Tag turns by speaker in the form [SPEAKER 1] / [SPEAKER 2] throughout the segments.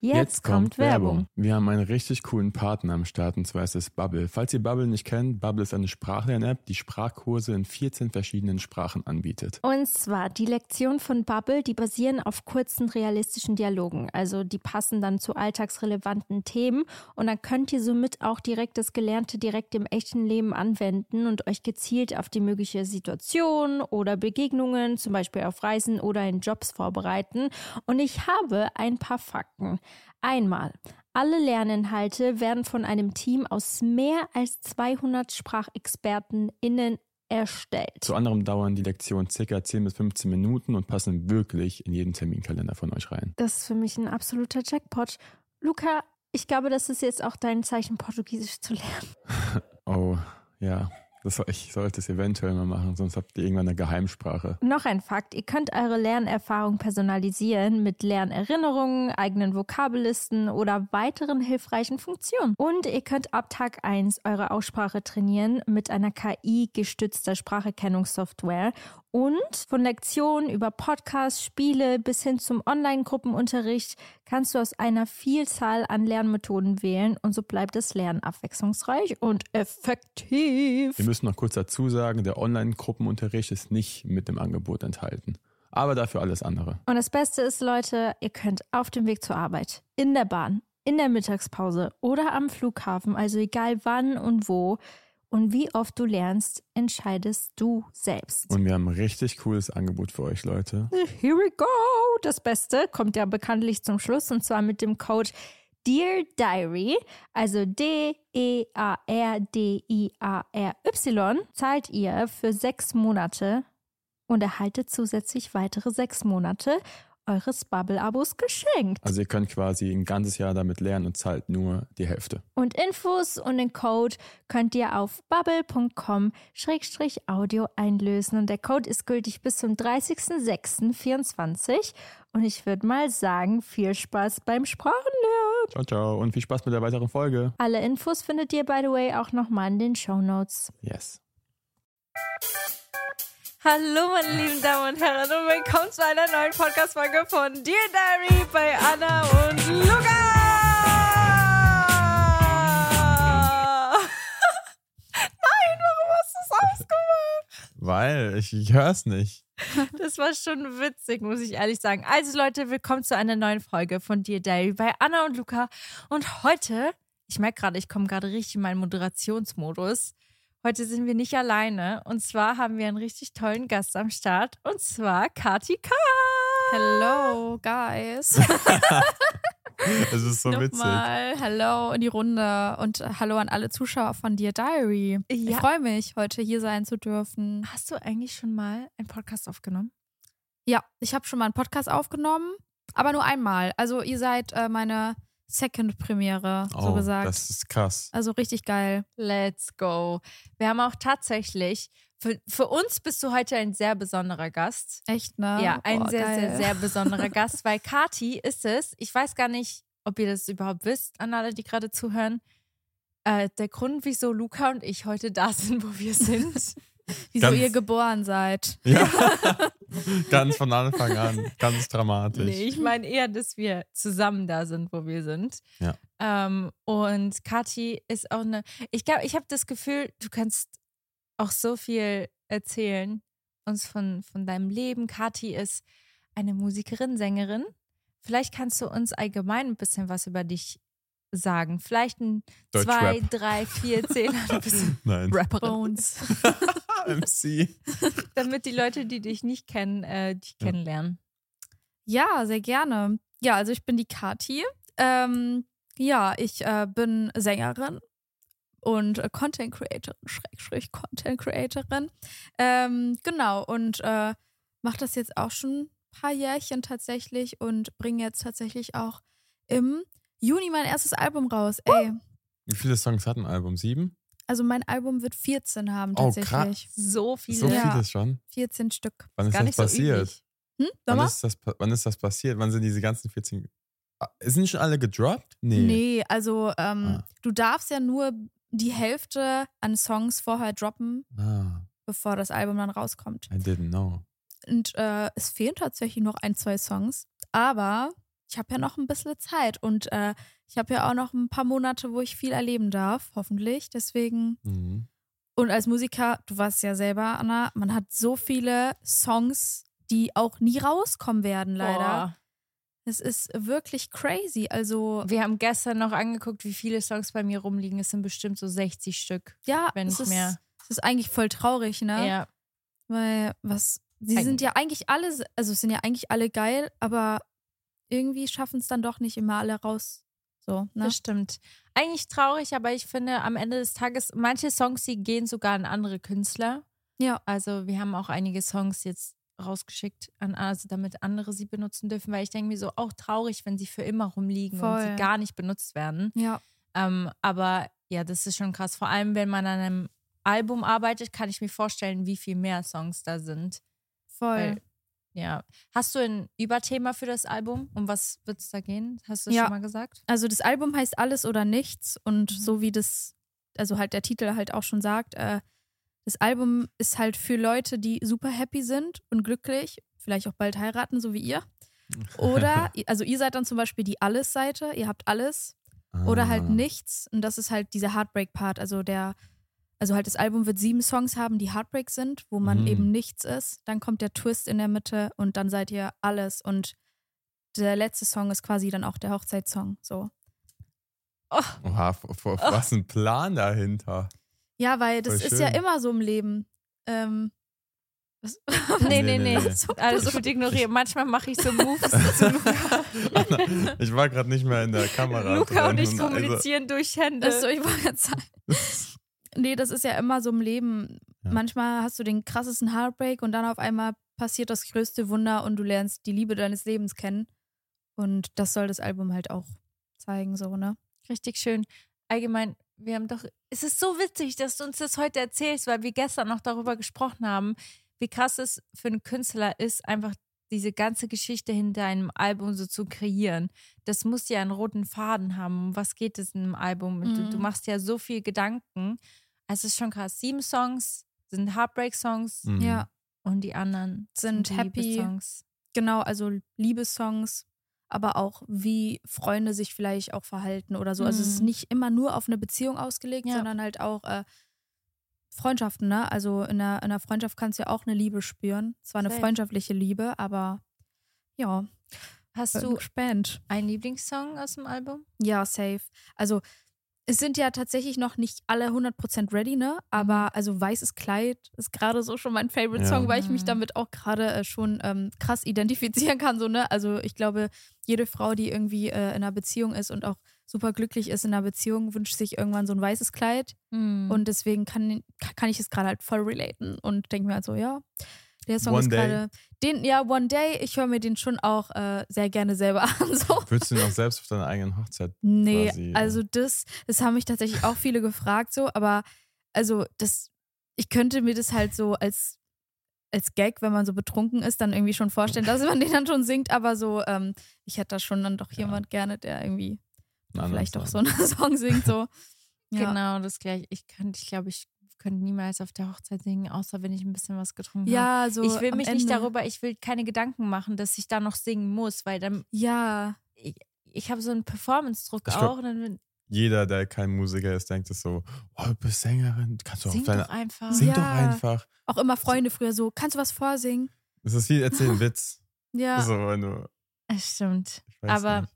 [SPEAKER 1] Jetzt, kommt Werbung.
[SPEAKER 2] Wir haben einen richtig coolen Partner am Start und zwar ist es Bubble. Falls ihr Bubble nicht kennt, Bubble ist eine Sprachlern-App, die Sprachkurse in 14 verschiedenen Sprachen anbietet.
[SPEAKER 1] Und zwar die Lektionen von Bubble, die basieren auf kurzen realistischen Dialogen. Also die passen dann zu alltagsrelevanten Themen und dann könnt ihr somit auch direkt das Gelernte direkt im echten Leben anwenden und euch gezielt auf die mögliche Situation oder Begegnungen, zum Beispiel auf Reisen oder in Jobs vorbereiten. Und ich habe ein paar Fakten. Einmal. Alle Lerninhalte werden von einem Team aus mehr als 200 SprachexpertInnen erstellt.
[SPEAKER 2] Zu anderem dauern die Lektionen ca. 10 bis 15 Minuten und passen wirklich in jeden Terminkalender von euch rein.
[SPEAKER 1] Das ist für mich ein absoluter Jackpot. Luca, ich glaube, das ist jetzt auch dein Zeichen, Portugiesisch zu lernen.
[SPEAKER 2] Oh, ja. Das soll, ich sollte es eventuell mal machen, sonst habt ihr irgendwann eine Geheimsprache.
[SPEAKER 1] Noch ein Fakt, ihr könnt eure Lernerfahrung personalisieren mit Lernerinnerungen, eigenen Vokabellisten oder weiteren hilfreichen Funktionen. Und ihr könnt ab Tag 1 eure Aussprache trainieren mit einer KI-gestützter Spracherkennungssoftware. Und von Lektionen über Podcasts, Spiele bis hin zum Online-Gruppenunterricht kannst du aus einer Vielzahl an Lernmethoden wählen und so bleibt das Lernen abwechslungsreich und effektiv.
[SPEAKER 2] Wir müssen noch kurz dazu sagen, der Online-Gruppenunterricht ist nicht mit dem Angebot enthalten. Aber dafür alles andere.
[SPEAKER 1] Und das Beste ist, Leute, ihr könnt auf dem Weg zur Arbeit, in der Bahn, in der Mittagspause oder am Flughafen, also egal wann und wo und wie oft du lernst, entscheidest du selbst.
[SPEAKER 2] Und wir haben ein richtig cooles Angebot für euch, Leute.
[SPEAKER 1] Here we go! Das Beste kommt ja bekanntlich zum Schluss und zwar mit dem Code Dear Diary, also D-E-A-R-D-I-A-R-Y, zahlt ihr für sechs Monate und erhaltet zusätzlich weitere sechs Monate eures Bubble-Abos geschenkt.
[SPEAKER 2] Also ihr könnt quasi ein ganzes Jahr damit lernen und zahlt nur die Hälfte.
[SPEAKER 1] Und Infos und den Code könnt ihr auf bubble.com-audio einlösen. Und der Code ist gültig bis zum 30.06.24. Und ich würde mal sagen, viel Spaß beim Sprachenlernen.
[SPEAKER 2] Ciao, ciao und viel Spaß mit der weiteren Folge.
[SPEAKER 1] Alle Infos findet ihr, by the way, auch nochmal in den Show Notes.
[SPEAKER 2] Yes.
[SPEAKER 1] Hallo, meine lieben Damen und Herren, und willkommen zu einer neuen Podcast-Folge von Dear Diary bei Anna und Luca! Nein, warum hast du es ausgemacht?
[SPEAKER 2] Weil ich, ich höre es nicht.
[SPEAKER 1] Das war schon witzig, muss ich ehrlich sagen. Also, Leute, willkommen zu einer neuen Folge von Dear Diary bei Anna und Luca. Und heute, ich merke gerade, ich komme gerade richtig in meinen Moderationsmodus. Heute sind wir nicht alleine. Und zwar haben wir einen richtig tollen Gast am Start. Und zwar Kati K.
[SPEAKER 3] Hello, guys.
[SPEAKER 2] Es ist so witzig.
[SPEAKER 3] Nochmal hello in die Runde und hallo an alle Zuschauer von Dear Diary. Ich
[SPEAKER 1] Ja.
[SPEAKER 3] freue mich, heute hier sein zu dürfen.
[SPEAKER 1] Hast du eigentlich schon mal einen Podcast aufgenommen?
[SPEAKER 3] Ja, ich habe schon mal einen Podcast aufgenommen, aber nur einmal. Also ihr seid äh, meine Second Premiere, so
[SPEAKER 2] oh,
[SPEAKER 3] gesagt.
[SPEAKER 2] das ist krass.
[SPEAKER 3] also richtig geil.
[SPEAKER 1] Let's go. Wir haben auch tatsächlich, für, für uns bist du heute ein sehr besonderer Gast.
[SPEAKER 3] Echt, ne?
[SPEAKER 1] ja, ein
[SPEAKER 3] Boah,
[SPEAKER 1] sehr,
[SPEAKER 3] geil.
[SPEAKER 1] sehr, sehr besonderer Gast, weil Kati ist es. Ich weiß gar nicht, ob ihr das überhaupt wisst, an alle, die gerade zuhören. Äh, der Grund, wieso Luca und ich heute da sind, wo wir sind.
[SPEAKER 3] Wieso
[SPEAKER 2] Ganz-
[SPEAKER 3] ihr geboren seid.
[SPEAKER 2] Ja. ganz von Anfang an. Ganz dramatisch.
[SPEAKER 1] Nee, ich meine eher, dass wir zusammen da sind, wo wir sind.
[SPEAKER 2] Ja.
[SPEAKER 1] Ähm, und Kathi ist auch eine. Ich glaube, ich habe das Gefühl, du kannst auch so viel erzählen uns von, von deinem Leben. Kathi ist eine Musikerin, Sängerin. Vielleicht kannst du uns allgemein ein bisschen was über dich sagen. Vielleicht ein zwei,
[SPEAKER 2] Deutschrap.
[SPEAKER 1] drei, vier Zähler, du bist
[SPEAKER 2] Nein.
[SPEAKER 1] Rapperin.
[SPEAKER 3] Bones.
[SPEAKER 2] MC.
[SPEAKER 1] Damit die Leute, die dich nicht kennen, äh, dich
[SPEAKER 2] Ja.
[SPEAKER 1] kennenlernen.
[SPEAKER 3] Ja, sehr gerne. Ja, also ich bin die Kati. Ähm, ja, ich äh, bin Sängerin und äh, Content Creatorin, Schrägstrich Content Creatorin. Ähm, genau, und äh, mache das jetzt auch schon ein paar Jährchen tatsächlich und bringe jetzt tatsächlich auch im Juni mein erstes Album raus. Ey,
[SPEAKER 2] Wie viele Songs hat ein Album? Sieben?
[SPEAKER 3] also mein Album wird 14 haben
[SPEAKER 2] Oh,
[SPEAKER 3] tatsächlich.
[SPEAKER 1] So viele.
[SPEAKER 2] So
[SPEAKER 3] Ja.
[SPEAKER 2] vieles schon.
[SPEAKER 3] 14 Stück.
[SPEAKER 2] Wann ist
[SPEAKER 1] Gar nicht
[SPEAKER 2] das
[SPEAKER 1] so
[SPEAKER 2] passiert?
[SPEAKER 1] üblich.
[SPEAKER 3] Hm?
[SPEAKER 2] wann,
[SPEAKER 3] Sommer?
[SPEAKER 2] ist das, pa- wann ist das passiert? Wann sind diese ganzen 14. Ah, Sind die schon alle gedroppt? Nee.
[SPEAKER 3] Nee, also ähm,
[SPEAKER 2] Ah.
[SPEAKER 3] du darfst ja nur die Hälfte an Songs vorher droppen,
[SPEAKER 2] Ah,
[SPEAKER 3] bevor das Album dann rauskommt.
[SPEAKER 2] I didn't know.
[SPEAKER 3] Und äh, es fehlen tatsächlich noch ein, zwei Songs, aber ich habe ja noch ein bisschen Zeit und äh, ich habe ja auch noch ein paar Monate, wo ich viel erleben darf, hoffentlich. Deswegen.
[SPEAKER 2] Mhm.
[SPEAKER 3] Und als Musiker, du warst ja selber, Anna, man hat so viele Songs, die auch nie rauskommen werden, leider.
[SPEAKER 1] Boah.
[SPEAKER 3] Es ist wirklich crazy. Also,
[SPEAKER 1] Wir haben gestern noch angeguckt, wie viele Songs bei mir rumliegen. Es sind bestimmt so 60 Stück.
[SPEAKER 3] ja,
[SPEAKER 1] Wenn
[SPEAKER 3] es
[SPEAKER 1] nicht
[SPEAKER 3] ist,
[SPEAKER 1] mehr.
[SPEAKER 3] es ist eigentlich voll traurig, ne?
[SPEAKER 1] Ja.
[SPEAKER 3] Weil, was, sie
[SPEAKER 1] Eig-
[SPEAKER 3] sind ja eigentlich alle, also es sind ja eigentlich alle geil, aber irgendwie schaffen es dann doch nicht immer alle raus. So, ne?
[SPEAKER 1] Das stimmt. Eigentlich traurig, aber ich finde am Ende des Tages, manche Songs, die gehen sogar an andere Künstler.
[SPEAKER 3] Ja.
[SPEAKER 1] Also wir haben auch einige Songs jetzt rausgeschickt an also damit andere sie benutzen dürfen, weil ich denke mir so auch traurig, wenn sie für immer rumliegen und sie
[SPEAKER 3] Voll.
[SPEAKER 1] gar nicht benutzt werden.
[SPEAKER 3] Ja,
[SPEAKER 1] Ähm, aber ja, das ist schon krass. Vor allem, wenn man an einem Album arbeitet, kann ich mir vorstellen, wie viel mehr Songs da sind.
[SPEAKER 3] voll.
[SPEAKER 1] Weil- Ja. Hast du ein Überthema für das Album? Um was wird es da gehen? Hast du das
[SPEAKER 3] Ja.
[SPEAKER 1] schon mal gesagt?
[SPEAKER 3] also das Album heißt Alles oder Nichts und so wie das, also halt der Titel halt auch schon sagt, äh, das Album ist halt für Leute, die super happy sind und glücklich, vielleicht auch bald heiraten, so wie ihr. Oder, also ihr seid dann zum Beispiel die Alles-Seite, ihr habt alles oder halt
[SPEAKER 2] Ah.
[SPEAKER 3] nichts. Und das ist halt dieser Heartbreak-Part. Also der, also halt das Album wird sieben Songs haben, die Heartbreak sind, wo man
[SPEAKER 2] Mhm.
[SPEAKER 3] eben nichts ist. Dann kommt der Twist in der Mitte und dann seid ihr alles. Und der letzte Song ist quasi dann auch der Hochzeitssong. So.
[SPEAKER 2] Oha, f- f- was ein Plan dahinter.
[SPEAKER 3] Ja, weil das
[SPEAKER 2] Voll
[SPEAKER 3] ist ja
[SPEAKER 2] schön.
[SPEAKER 3] immer so im Leben. Ähm, was,
[SPEAKER 1] Nee, nee,
[SPEAKER 2] Nee,
[SPEAKER 1] nee.
[SPEAKER 2] nee, nee.
[SPEAKER 1] Alles gut ignorieren. Also Manchmal mache ich so Moves zu Luca.
[SPEAKER 2] Anna, ich war gerade nicht mehr in der Kamera.
[SPEAKER 1] Luca und ich
[SPEAKER 2] drin, also-
[SPEAKER 1] kommunizieren durch Hände.
[SPEAKER 3] das so, ich wollte gerade sagen. Nee, das ist ja immer so im Leben.
[SPEAKER 2] Ja.
[SPEAKER 3] Manchmal hast du den krassesten Heartbreak und dann auf einmal passiert das größte Wunder und du lernst die Liebe deines Lebens kennen. Und das soll das Album halt auch zeigen, so, ne?
[SPEAKER 1] Richtig schön. Allgemein, wir haben doch. Es ist so witzig, dass du uns das heute erzählst, weil wir gestern noch darüber gesprochen haben, wie krass es für einen Künstler ist, einfach diese ganze Geschichte hinter einem Album so zu kreieren. Das muss ja einen roten Faden haben. Um Was geht es in einem Album? Und Du,
[SPEAKER 3] Mhm.
[SPEAKER 1] du machst ja so viel Gedanken. Also, Es ist schon krass. Sieben Songs sind Heartbreak-Songs
[SPEAKER 2] Mhm.
[SPEAKER 3] Ja,
[SPEAKER 1] und die anderen
[SPEAKER 3] Sind happy.
[SPEAKER 1] Songs.
[SPEAKER 3] genau. Also Liebessongs, aber auch wie Freunde sich vielleicht auch verhalten oder so. Also es ist
[SPEAKER 1] Mhm.
[SPEAKER 3] nicht immer nur auf eine Beziehung ausgelegt,
[SPEAKER 1] Ja.
[SPEAKER 3] sondern halt auch äh, Freundschaften, ne? Also in einer, in einer Freundschaft kannst du ja auch eine Liebe spüren. Zwar eine
[SPEAKER 1] Safe.
[SPEAKER 3] freundschaftliche Liebe, aber ja,
[SPEAKER 1] Hast
[SPEAKER 3] bin
[SPEAKER 1] du
[SPEAKER 3] gespannt.
[SPEAKER 1] einen Lieblingssong aus dem Album?
[SPEAKER 3] Ja, safe. Also es sind ja tatsächlich noch nicht alle 100% ready, ne? Aber also Weißes Kleid ist gerade so schon mein Favorite
[SPEAKER 2] Mhm. Ja.
[SPEAKER 3] Song, weil ich mich
[SPEAKER 1] Mhm.
[SPEAKER 3] damit auch gerade äh, schon ähm, krass identifizieren kann, so, ne? Also ich glaube, jede Frau, die irgendwie äh, in einer Beziehung ist und auch super glücklich ist in einer Beziehung, wünscht sich irgendwann so ein weißes Kleid.
[SPEAKER 1] Und
[SPEAKER 3] Und deswegen kann, kann ich es gerade halt voll relaten und denke mir halt so, ja, der Song
[SPEAKER 2] One
[SPEAKER 3] ist
[SPEAKER 2] Day.
[SPEAKER 3] gerade. Den, ja, One Day, ich höre mir den schon auch äh, sehr gerne selber an. So.
[SPEAKER 2] Würdest du ihn auch selbst auf deiner eigenen Hochzeit?
[SPEAKER 3] Nee,
[SPEAKER 2] quasi, äh,
[SPEAKER 3] also das, das haben mich tatsächlich auch viele gefragt, so, aber also das, ich könnte mir das halt so als, als Gag, wenn man so betrunken ist, dann irgendwie schon vorstellen, dass man den dann schon singt, aber so, ähm, ich hätte da schon dann doch
[SPEAKER 2] Ja.
[SPEAKER 3] jemand gerne, der irgendwie
[SPEAKER 2] einen anderen
[SPEAKER 3] vielleicht auch so
[SPEAKER 2] Song?
[SPEAKER 3] einen Song singt, so. Ja.
[SPEAKER 1] genau das gleiche. Ich könnte, ich glaube, ich könnte niemals auf der Hochzeit singen, außer wenn ich ein bisschen was getrunken habe.
[SPEAKER 3] Ja, so.
[SPEAKER 1] mhm. ich will
[SPEAKER 3] am
[SPEAKER 1] mich nicht
[SPEAKER 3] Ende.
[SPEAKER 1] darüber, ich will keine Gedanken machen, dass ich da noch singen muss, weil dann
[SPEAKER 3] Ja,
[SPEAKER 1] ich habe so einen Performance-Druck
[SPEAKER 2] Ich glaub,
[SPEAKER 1] auch. Und dann
[SPEAKER 2] Jeder, der kein Musiker ist, denkt es so: Oh, du bist Sängerin, du kannst doch
[SPEAKER 1] sing
[SPEAKER 2] auf
[SPEAKER 1] doch
[SPEAKER 2] deiner.
[SPEAKER 1] einfach.
[SPEAKER 2] Sing
[SPEAKER 3] Ja.
[SPEAKER 2] doch einfach.
[SPEAKER 3] auch immer Freunde früher so, kannst du was vorsingen?
[SPEAKER 2] Es ist wie erzählen Witz.
[SPEAKER 3] Ja.
[SPEAKER 2] So, wenn du.
[SPEAKER 1] Das Stimmt.
[SPEAKER 2] Ich weiß
[SPEAKER 1] Aber-
[SPEAKER 2] nicht.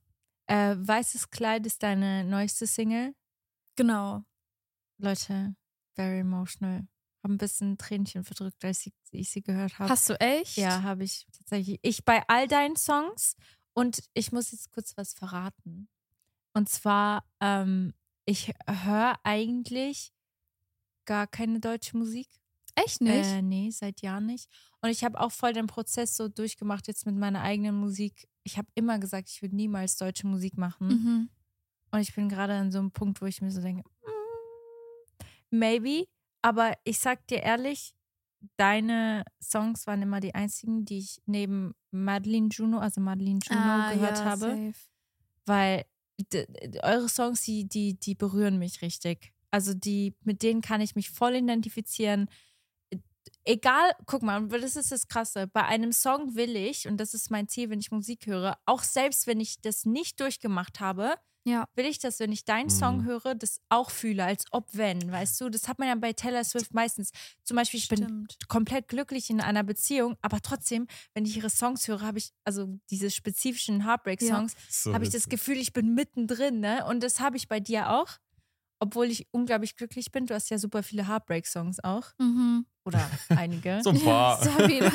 [SPEAKER 1] Äh, Weißes Kleid ist deine neueste Single.
[SPEAKER 3] Genau.
[SPEAKER 1] Leute, very emotional. Hab ein bisschen Tränchen verdrückt, als ich, ich sie gehört habe.
[SPEAKER 3] Hast du echt?
[SPEAKER 1] Ja, habe ich tatsächlich. Ich bei all deinen Songs und ich muss jetzt kurz was verraten. Und zwar, ähm, ich höre eigentlich gar keine deutsche Musik.
[SPEAKER 3] Echt nicht?
[SPEAKER 1] Äh, nee, seit Jahren nicht. Und ich habe auch voll den Prozess so durchgemacht jetzt mit meiner eigenen Musik. Ich habe immer gesagt, ich würde niemals deutsche Musik machen.
[SPEAKER 3] Mhm.
[SPEAKER 1] Und ich bin gerade an so einem Punkt, wo ich mir so denke, mm, maybe. Aber ich sag dir ehrlich, deine Songs waren immer die einzigen, die ich neben Madeline Juno, also Madeline Juno
[SPEAKER 3] Ah,
[SPEAKER 1] gehört
[SPEAKER 3] ja,
[SPEAKER 1] habe,
[SPEAKER 3] safe.
[SPEAKER 1] weil d- d- eure Songs, die, die, die berühren mich richtig. Also die, mit denen kann ich mich voll identifizieren. egal, guck mal, und das ist das Krasse. Bei einem Song will ich, und das ist mein Ziel, wenn ich Musik höre, auch selbst wenn ich das nicht durchgemacht habe,
[SPEAKER 3] Ja.
[SPEAKER 1] will ich das, wenn ich deinen
[SPEAKER 2] Mhm.
[SPEAKER 1] Song höre, das auch fühle, als ob wenn, weißt du? Das hat man ja bei Taylor Swift meistens. Zum Beispiel, ich bin
[SPEAKER 3] Stimmt.
[SPEAKER 1] komplett glücklich in einer Beziehung, aber trotzdem, wenn ich ihre Songs höre, habe ich, also diese spezifischen Heartbreak-Songs,
[SPEAKER 2] So
[SPEAKER 1] habe ich das Gefühl, ich bin mittendrin, ne? Und das habe ich bei dir auch, obwohl ich unglaublich glücklich bin. Du hast ja super viele Heartbreak-Songs auch.
[SPEAKER 3] Mhm.
[SPEAKER 1] Oder einige.
[SPEAKER 2] So ein paar.
[SPEAKER 3] So wieder.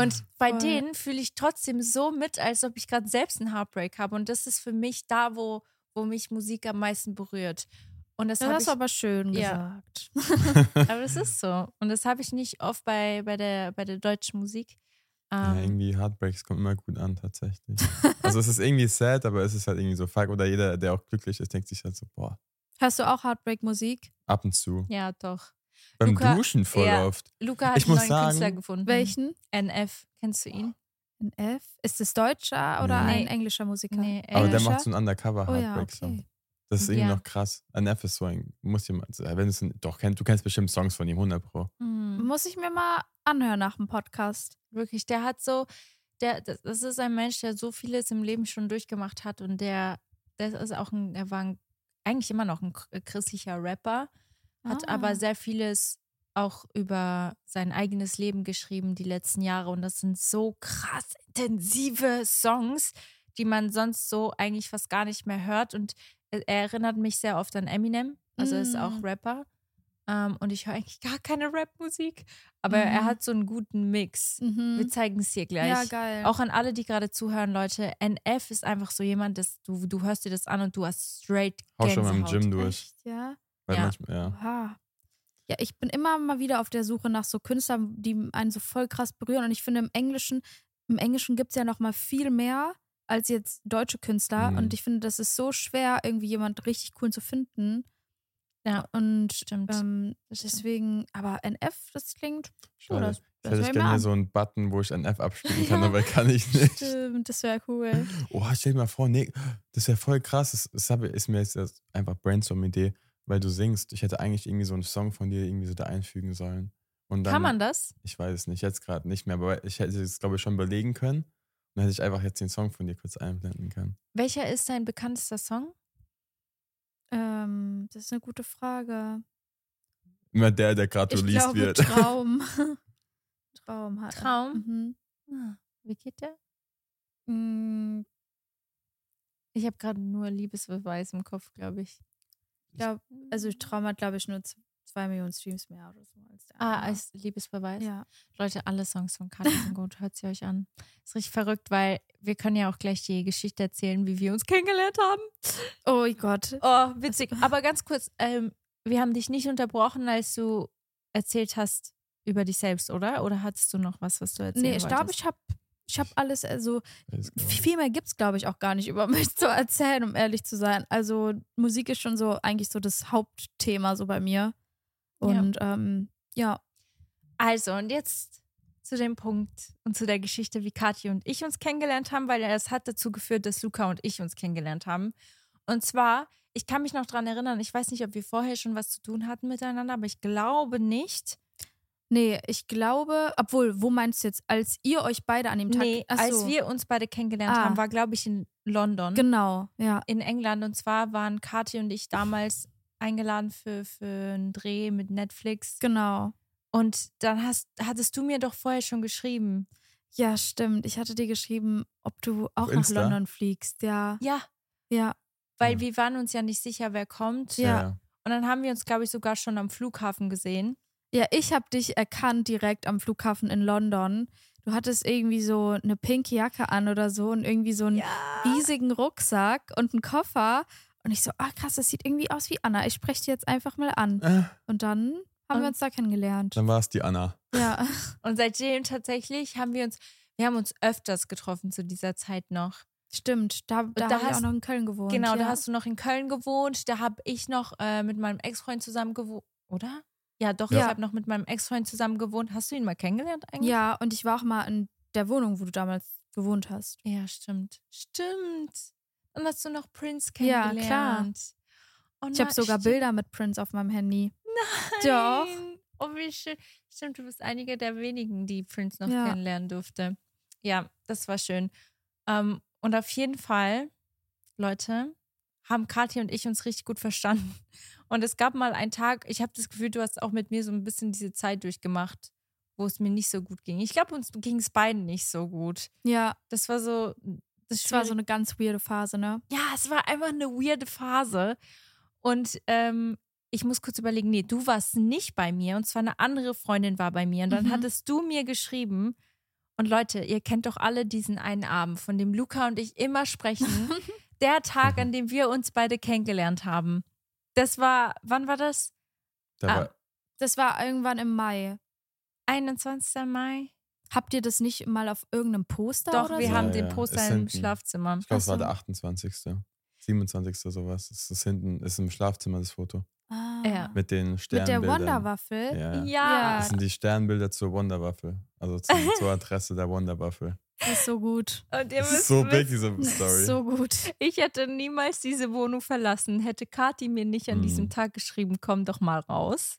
[SPEAKER 1] Und bei
[SPEAKER 3] Voll.
[SPEAKER 1] denen fühle ich trotzdem so mit, als ob ich gerade selbst einen Heartbreak habe. Und das ist für mich da, wo, wo mich Musik am meisten berührt. Und das,
[SPEAKER 3] Das
[SPEAKER 1] habe
[SPEAKER 3] hast
[SPEAKER 1] ich,
[SPEAKER 3] du aber schön
[SPEAKER 1] Ja.
[SPEAKER 3] gesagt.
[SPEAKER 1] aber das ist so. Und das habe ich nicht oft bei, bei, der, bei der deutschen Musik.
[SPEAKER 2] Ja,
[SPEAKER 1] Ähm,
[SPEAKER 2] irgendwie Heartbreaks kommen immer gut an, tatsächlich. Also es ist irgendwie sad, aber es ist halt irgendwie so fuck. Oder jeder, der auch glücklich ist, denkt sich halt so, boah,
[SPEAKER 3] Hast du auch Heartbreak-Musik?
[SPEAKER 2] ab und zu.
[SPEAKER 1] ja, doch.
[SPEAKER 2] Beim
[SPEAKER 1] Luca,
[SPEAKER 2] Duschen voll
[SPEAKER 1] ja.
[SPEAKER 2] oft.
[SPEAKER 1] Luca hat
[SPEAKER 2] Ich
[SPEAKER 1] einen
[SPEAKER 2] muss
[SPEAKER 1] neuen
[SPEAKER 2] sagen-
[SPEAKER 1] Künstler gefunden.
[SPEAKER 3] Welchen?
[SPEAKER 1] NF. Kennst du ihn?
[SPEAKER 3] Mhm. Ein F? Ist es deutscher oder
[SPEAKER 2] Nee.
[SPEAKER 3] ein englischer Musiker?
[SPEAKER 1] Nee,
[SPEAKER 2] Aber der
[SPEAKER 1] englischer?
[SPEAKER 2] macht so einen
[SPEAKER 3] Oh ja,
[SPEAKER 2] Undercover-Heartbreak-Song.
[SPEAKER 3] okay.
[SPEAKER 2] Das ist irgendwie
[SPEAKER 1] Ja.
[SPEAKER 2] noch krass. Ein F ist so ein, muss jemand, äh, wenn es ein, doch, kenn, du kennst bestimmt Songs von ihm, 100 Pro.
[SPEAKER 1] Mhm.
[SPEAKER 3] Muss ich mir mal anhören nach dem Podcast.
[SPEAKER 1] Wirklich, der hat so, der, das das ist ein Mensch, der so vieles im Leben schon durchgemacht hat und der, das ist auch ein, er war ein, eigentlich immer noch ein chr- christlicher Rapper, hat
[SPEAKER 3] Ah.
[SPEAKER 1] aber sehr vieles auch über sein eigenes Leben geschrieben die letzten Jahre und das sind so krass intensive Songs, die man sonst so eigentlich fast gar nicht mehr hört und er er erinnert mich sehr oft an Eminem, also er ist auch
[SPEAKER 3] Mm.
[SPEAKER 1] Rapper ähm, und ich höre eigentlich gar keine Rap-Musik, aber er
[SPEAKER 3] Mhm.
[SPEAKER 1] hat so einen guten Mix. Wir
[SPEAKER 3] Mhm.
[SPEAKER 1] zeigen es dir
[SPEAKER 3] Ja,
[SPEAKER 1] gleich.
[SPEAKER 3] geil.
[SPEAKER 1] auch an alle, die gerade zuhören, Leute. NF ist einfach so jemand, dass du, du hörst dir das an und du hast straight
[SPEAKER 2] Hau schon mal im
[SPEAKER 1] Gänsehaut.
[SPEAKER 2] Gym durch.
[SPEAKER 3] Echt, ja?
[SPEAKER 2] Weil
[SPEAKER 1] Ja.
[SPEAKER 2] manchmal, ja.
[SPEAKER 3] Oha. Ja, ich bin immer mal wieder auf der Suche nach so Künstlern, die einen so voll krass berühren. Und ich finde, im Englischen, im Englischen gibt es ja noch mal viel mehr als jetzt deutsche Künstler.
[SPEAKER 2] Mhm.
[SPEAKER 3] Und ich finde, das ist so schwer, irgendwie jemand richtig cool zu finden.
[SPEAKER 1] Ja,
[SPEAKER 3] Und
[SPEAKER 1] stimmt.
[SPEAKER 3] ähm, deswegen, aber NF, das klingt,
[SPEAKER 2] Schade.
[SPEAKER 3] das- das
[SPEAKER 2] ich
[SPEAKER 3] hör
[SPEAKER 2] hätte
[SPEAKER 3] ich mir
[SPEAKER 2] gerne hier
[SPEAKER 3] an.
[SPEAKER 2] so einen Button, wo ich ein F abspielen kann,
[SPEAKER 3] Ja.
[SPEAKER 2] aber kann ich nicht.
[SPEAKER 3] stimmt, das wäre cool.
[SPEAKER 2] Oh, stell dir mal vor, nee, das wäre voll krass. Das, das hab- ist mir jetzt erst einfach Brainstorm-Idee, weil du singst. Ich hätte eigentlich irgendwie so einen Song von dir irgendwie so da einfügen sollen. Und dann,
[SPEAKER 1] Kann man das?
[SPEAKER 2] Ich weiß es nicht, jetzt gerade nicht mehr, aber ich hätte es, glaube ich, schon überlegen können. Und dann hätte ich einfach jetzt den Song von dir kurz einblenden können.
[SPEAKER 1] Welcher ist dein bekanntester Song?
[SPEAKER 3] ähm, das ist eine gute Frage.
[SPEAKER 2] Immer der, der gerade
[SPEAKER 3] ich
[SPEAKER 2] released
[SPEAKER 3] glaube,
[SPEAKER 2] wird.
[SPEAKER 3] Traum. Traum
[SPEAKER 1] Äh,
[SPEAKER 3] hat. er.
[SPEAKER 1] Traum?
[SPEAKER 3] Mhm.
[SPEAKER 1] Ah, Wie geht der?
[SPEAKER 3] Mm,
[SPEAKER 1] Ich habe gerade nur Liebesbeweis im Kopf, glaube ich.
[SPEAKER 3] Ich glaub, also Traum hat, glaube ich, nur z- zwei Millionen Streams mehr oder so als der
[SPEAKER 1] Ah,
[SPEAKER 3] andere.
[SPEAKER 1] als Liebesbeweis.
[SPEAKER 3] ja.
[SPEAKER 1] Leute, alle Songs von Kathi sind gut. Hört sie euch an. Ist richtig verrückt, weil wir können ja auch gleich die Geschichte erzählen, wie wir uns kennengelernt haben.
[SPEAKER 3] Oh Gott.
[SPEAKER 1] Oh, witzig. Aber ganz kurz, ähm, wir haben dich nicht unterbrochen, als du erzählt hast über dich selbst, oder? Oder hattest du noch was, was du erzählen
[SPEAKER 3] nee, ich glaube,
[SPEAKER 1] wolltest?
[SPEAKER 3] ich habe ich hab alles, also
[SPEAKER 2] Alles klar.
[SPEAKER 3] viel mehr gibt es, glaube ich, auch gar nicht über mich zu erzählen, um ehrlich zu sein. Also Musik ist schon so eigentlich so das Hauptthema so bei mir. Und ja, ähm, ja.
[SPEAKER 1] Also, und jetzt zu dem Punkt und zu der Geschichte, wie Kathi und ich uns kennengelernt haben, weil es hat dazu geführt, dass Luca und ich uns kennengelernt haben. Und zwar, ich kann mich noch dran erinnern, ich weiß nicht, ob wir vorher schon was zu tun hatten miteinander, aber ich glaube nicht.
[SPEAKER 3] Nee, ich glaube, obwohl, wo meinst du jetzt, als ihr euch beide an dem Tag.
[SPEAKER 1] Nee,
[SPEAKER 3] Ach
[SPEAKER 1] als
[SPEAKER 3] so,
[SPEAKER 1] wir uns beide kennengelernt
[SPEAKER 3] Ah.
[SPEAKER 1] haben, war, glaube ich, in London.
[SPEAKER 3] Genau, ja.
[SPEAKER 1] in England. Und zwar waren Kathi und ich damals eingeladen für, für einen Dreh mit Netflix.
[SPEAKER 3] Genau.
[SPEAKER 1] Und dann hast, hattest du mir doch vorher schon geschrieben.
[SPEAKER 3] Ja, stimmt. Ich hatte dir geschrieben, ob du auch
[SPEAKER 2] Auf
[SPEAKER 3] nach
[SPEAKER 2] Insta?
[SPEAKER 3] London fliegst. Ja,
[SPEAKER 1] Ja,
[SPEAKER 3] ja.
[SPEAKER 1] weil
[SPEAKER 2] Ja.
[SPEAKER 1] wir waren uns ja nicht sicher, wer kommt.
[SPEAKER 3] Ja.
[SPEAKER 1] Und dann haben wir uns, glaube ich, sogar schon am Flughafen gesehen.
[SPEAKER 3] Ja, ich habe dich erkannt direkt am Flughafen in London. Du hattest irgendwie so eine pinke Jacke an oder so und irgendwie so einen riesigen Rucksack und einen Koffer. Und ich so, ah krass, das sieht irgendwie aus wie Anna. Ich spreche die jetzt einfach mal an.
[SPEAKER 2] Äh,
[SPEAKER 3] Und dann haben
[SPEAKER 1] Und-
[SPEAKER 3] wir uns da kennengelernt.
[SPEAKER 2] dann war es die Anna.
[SPEAKER 3] Ja,
[SPEAKER 1] Und seitdem tatsächlich haben wir uns, wir haben uns öfters getroffen zu dieser Zeit noch.
[SPEAKER 3] stimmt. Da, da,
[SPEAKER 1] da
[SPEAKER 3] habe ich
[SPEAKER 1] hast-
[SPEAKER 3] auch noch in Köln gewohnt.
[SPEAKER 1] genau,
[SPEAKER 3] ja.
[SPEAKER 1] da hast du noch in Köln gewohnt. Da habe ich noch äh, mit meinem Ex-Freund zusammen gewohnt, oder? Ja, doch, ich
[SPEAKER 3] Ja.
[SPEAKER 1] habe noch mit meinem Ex-Freund zusammen gewohnt. Hast du ihn mal kennengelernt eigentlich?
[SPEAKER 3] Ja, und ich war auch mal in der Wohnung, wo du damals gewohnt hast.
[SPEAKER 1] Ja, stimmt. Stimmt. Dann hast du noch Prince
[SPEAKER 3] Ja, klar.
[SPEAKER 1] kennengelernt. Oh
[SPEAKER 3] Ich habe
[SPEAKER 1] nein,
[SPEAKER 3] sogar
[SPEAKER 1] stimmt.
[SPEAKER 3] Bilder mit Prince auf meinem Handy. Doch.
[SPEAKER 1] Nein. Oh, wie schön. Stimmt, du bist einige der wenigen, die Prince noch
[SPEAKER 3] Ja.
[SPEAKER 1] kennenlernen durfte. Ja, das war schön. Ähm, und auf jeden Fall, Leute, haben Kathi und ich uns richtig gut verstanden. Und es gab mal einen Tag, ich habe das Gefühl, du hast auch mit mir so ein bisschen diese Zeit durchgemacht, wo es mir nicht so gut ging. Ich glaube, uns ging es beiden nicht so gut.
[SPEAKER 3] Ja,
[SPEAKER 1] Das war so. Das
[SPEAKER 3] es war so eine ganz weirde Phase, ne?
[SPEAKER 1] ja, es war einfach eine weirde Phase. Und ähm, ich muss kurz überlegen, nee, du warst nicht bei mir und zwar eine andere Freundin war bei mir. Und dann
[SPEAKER 3] Mhm.
[SPEAKER 1] hattest du mir geschrieben. Und Leute, ihr kennt doch alle diesen einen Abend, von dem Luca und ich immer sprechen. der Tag, an dem wir uns beide kennengelernt haben. Das war, wann war das?
[SPEAKER 2] Da
[SPEAKER 1] Ah.
[SPEAKER 2] war,
[SPEAKER 3] Das war irgendwann im Mai.
[SPEAKER 1] 21. Mai?
[SPEAKER 3] Habt ihr das nicht mal auf irgendeinem Poster
[SPEAKER 1] Doch,
[SPEAKER 3] oder
[SPEAKER 1] wir
[SPEAKER 3] so?
[SPEAKER 2] Ja,
[SPEAKER 1] haben
[SPEAKER 2] ja,
[SPEAKER 1] den
[SPEAKER 2] ist
[SPEAKER 1] Poster im
[SPEAKER 2] hinten.
[SPEAKER 1] Schlafzimmer.
[SPEAKER 2] ich glaube, es war
[SPEAKER 3] Ach so.
[SPEAKER 2] der 28. 27. sowas. Es ist hinten, ist im Schlafzimmer das Foto.
[SPEAKER 3] Ah.
[SPEAKER 1] Ja.
[SPEAKER 2] Mit den
[SPEAKER 3] Mit der
[SPEAKER 2] Sternbildern.
[SPEAKER 3] Wonderwaffel?
[SPEAKER 2] Ja. ja.
[SPEAKER 1] ja.
[SPEAKER 2] Das sind die Sternbilder zur Wonderwaffel. Also zu, zur Adresse der Wonderwaffel.
[SPEAKER 3] Das ist so gut.
[SPEAKER 1] Und ihr
[SPEAKER 2] Es
[SPEAKER 1] müsst
[SPEAKER 2] ist so big,
[SPEAKER 1] wissen-
[SPEAKER 2] diese
[SPEAKER 3] Das
[SPEAKER 2] Story.
[SPEAKER 3] ist so gut.
[SPEAKER 1] Ich hätte niemals diese Wohnung verlassen, hätte Kathi mir nicht an
[SPEAKER 2] Mhm.
[SPEAKER 1] diesem Tag geschrieben, komm doch mal raus.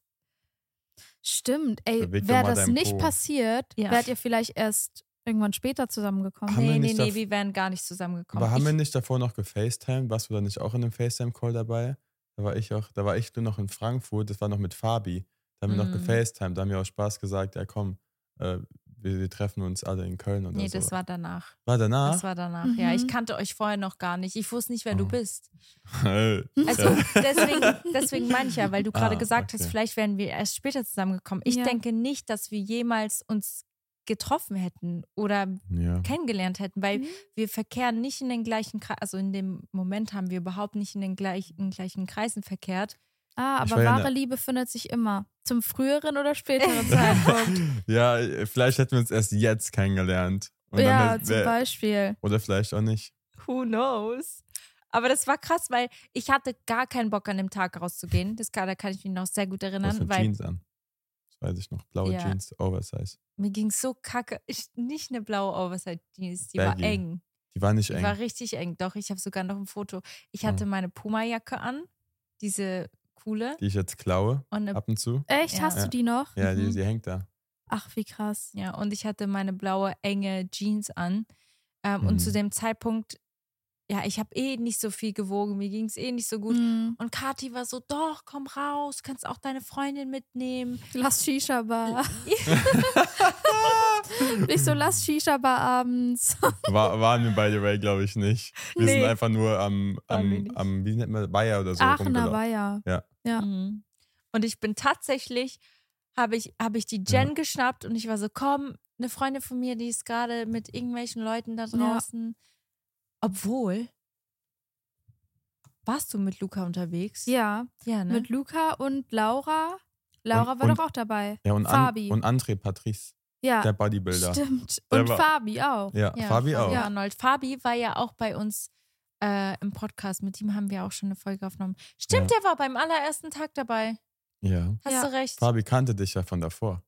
[SPEAKER 3] Stimmt. Ey,
[SPEAKER 2] Beweg doch
[SPEAKER 3] wäre
[SPEAKER 2] mal
[SPEAKER 3] das
[SPEAKER 2] deinen
[SPEAKER 3] nicht
[SPEAKER 2] Po.
[SPEAKER 3] passiert,
[SPEAKER 1] Ja.
[SPEAKER 3] wärt ihr vielleicht erst irgendwann später zusammengekommen.
[SPEAKER 2] Haben wir
[SPEAKER 1] nee, nee,
[SPEAKER 2] nicht
[SPEAKER 1] nee,
[SPEAKER 2] dav-
[SPEAKER 1] wir wären gar nicht zusammengekommen.
[SPEAKER 2] Aber haben wir
[SPEAKER 1] ich,
[SPEAKER 2] nicht davor noch gefacetimed? Warst du da nicht auch in einem Facetime-Call dabei? Da war ich auch, da war ich nur noch in Frankfurt, das war noch mit Fabi. Da haben wir noch
[SPEAKER 1] Mhm.
[SPEAKER 2] gefacetimed, da haben wir auch Spaß gesagt, ja komm, äh, wir, wir treffen uns alle in Köln und
[SPEAKER 1] nee,
[SPEAKER 2] so.
[SPEAKER 1] das war danach.
[SPEAKER 2] war danach.
[SPEAKER 1] Das war danach, ja.
[SPEAKER 3] Mhm.
[SPEAKER 1] Ich kannte euch vorher noch gar nicht. Ich wusste nicht, wer du
[SPEAKER 2] Oh.
[SPEAKER 1] bist.
[SPEAKER 2] Hey.
[SPEAKER 1] Also deswegen, deswegen meine ich ja, weil du gerade
[SPEAKER 2] Ah,
[SPEAKER 1] gesagt hast,
[SPEAKER 2] okay.
[SPEAKER 1] vielleicht wären wir erst später zusammengekommen. Ich
[SPEAKER 3] Ja.
[SPEAKER 1] denke nicht, dass wir jemals uns getroffen hätten oder
[SPEAKER 2] ja.
[SPEAKER 1] kennengelernt hätten, weil
[SPEAKER 3] Mhm.
[SPEAKER 1] wir verkehren nicht in den gleichen Kreisen, also in dem Moment haben wir überhaupt nicht in den gleichen, gleichen Kreisen verkehrt.
[SPEAKER 3] Ah,
[SPEAKER 2] Ich
[SPEAKER 3] aber
[SPEAKER 2] war ja
[SPEAKER 3] wahre
[SPEAKER 2] ne-
[SPEAKER 3] Liebe findet sich immer. Zum früheren oder späteren Zeitpunkt.
[SPEAKER 2] ja, äh, vielleicht hätten wir uns erst jetzt kennengelernt. Und dann
[SPEAKER 3] ja,
[SPEAKER 2] hätten
[SPEAKER 3] zum
[SPEAKER 2] wir-
[SPEAKER 3] Beispiel.
[SPEAKER 2] Oder vielleicht auch nicht.
[SPEAKER 1] Who knows? Aber das war krass, weil ich hatte gar keinen Bock an dem Tag rauszugehen. Das kann, da kann ich mich noch sehr gut
[SPEAKER 2] Was
[SPEAKER 1] erinnern,
[SPEAKER 2] mit
[SPEAKER 1] weil
[SPEAKER 2] Jeans an. Das weiß ich noch. Blaue
[SPEAKER 1] Ja.
[SPEAKER 2] Jeans, Oversize.
[SPEAKER 1] mir ging so kacke. Ich, nicht eine blaue Oversight-Jeans, die
[SPEAKER 2] Baggy.
[SPEAKER 1] war eng.
[SPEAKER 2] Die war nicht
[SPEAKER 1] Die
[SPEAKER 2] eng.
[SPEAKER 1] war richtig eng. Doch, ich habe sogar noch ein Foto. Ich hatte
[SPEAKER 2] Oh.
[SPEAKER 1] meine Puma-Jacke an, diese coole.
[SPEAKER 2] die ich jetzt klaue,
[SPEAKER 1] Und eine,
[SPEAKER 2] ab und zu.
[SPEAKER 3] Echt?
[SPEAKER 1] Ja.
[SPEAKER 3] Hast
[SPEAKER 2] Ja.
[SPEAKER 3] du die noch?
[SPEAKER 2] Ja,
[SPEAKER 1] Mhm.
[SPEAKER 2] die, die hängt da.
[SPEAKER 3] Ach, wie krass.
[SPEAKER 1] ja, und ich hatte meine blaue, enge Jeans an. Ähm, Und
[SPEAKER 2] Mhm.
[SPEAKER 1] zu dem Zeitpunkt, ja, ich habe eh nicht so viel gewogen. Mir ging es eh nicht so gut.
[SPEAKER 2] Hm.
[SPEAKER 3] Mhm.
[SPEAKER 1] Und Kathi war so, doch, komm raus, kannst auch deine Freundin mitnehmen.
[SPEAKER 3] Lass Shisha-Bar. Nicht so, lass Shisha-Bar abends.
[SPEAKER 2] War, waren wir, by the way, glaube ich, nicht. Wir
[SPEAKER 1] Nee.
[SPEAKER 2] sind einfach nur am,
[SPEAKER 1] Waren wir
[SPEAKER 2] am,
[SPEAKER 1] nicht.
[SPEAKER 2] am wie nennt man, Bayer oder so
[SPEAKER 3] Aachener
[SPEAKER 2] rumgelaufen.
[SPEAKER 3] Weiher. Ja.
[SPEAKER 1] Mhm. Und ich bin tatsächlich, habe ich, habe ich die Jen geschnappt und ich war so, komm, eine Freundin von mir, die ist gerade mit irgendwelchen Leuten da draußen. Obwohl, warst du mit Luca unterwegs?
[SPEAKER 3] Ja,
[SPEAKER 1] ja ne?
[SPEAKER 3] mit Luca und Laura. Laura
[SPEAKER 2] Und-
[SPEAKER 3] war
[SPEAKER 2] und-
[SPEAKER 3] doch auch dabei.
[SPEAKER 2] Ja, und, An,
[SPEAKER 3] Fabi.
[SPEAKER 2] und André Patrice,
[SPEAKER 3] Ja,
[SPEAKER 2] der Bodybuilder.
[SPEAKER 3] stimmt.
[SPEAKER 2] Der
[SPEAKER 3] Und
[SPEAKER 2] war-
[SPEAKER 3] Fabi auch.
[SPEAKER 2] Ja,
[SPEAKER 1] Ja,
[SPEAKER 2] Fabi auch.
[SPEAKER 3] Ja.
[SPEAKER 1] Arnold. Fabi war ja auch bei uns äh, im Podcast. Mit ihm haben wir auch schon eine Folge aufgenommen. Stimmt, der war beim allerersten Tag dabei.
[SPEAKER 2] Ja.
[SPEAKER 1] Hast
[SPEAKER 3] Ja.
[SPEAKER 1] du recht.
[SPEAKER 2] Fabi kannte dich ja von davor.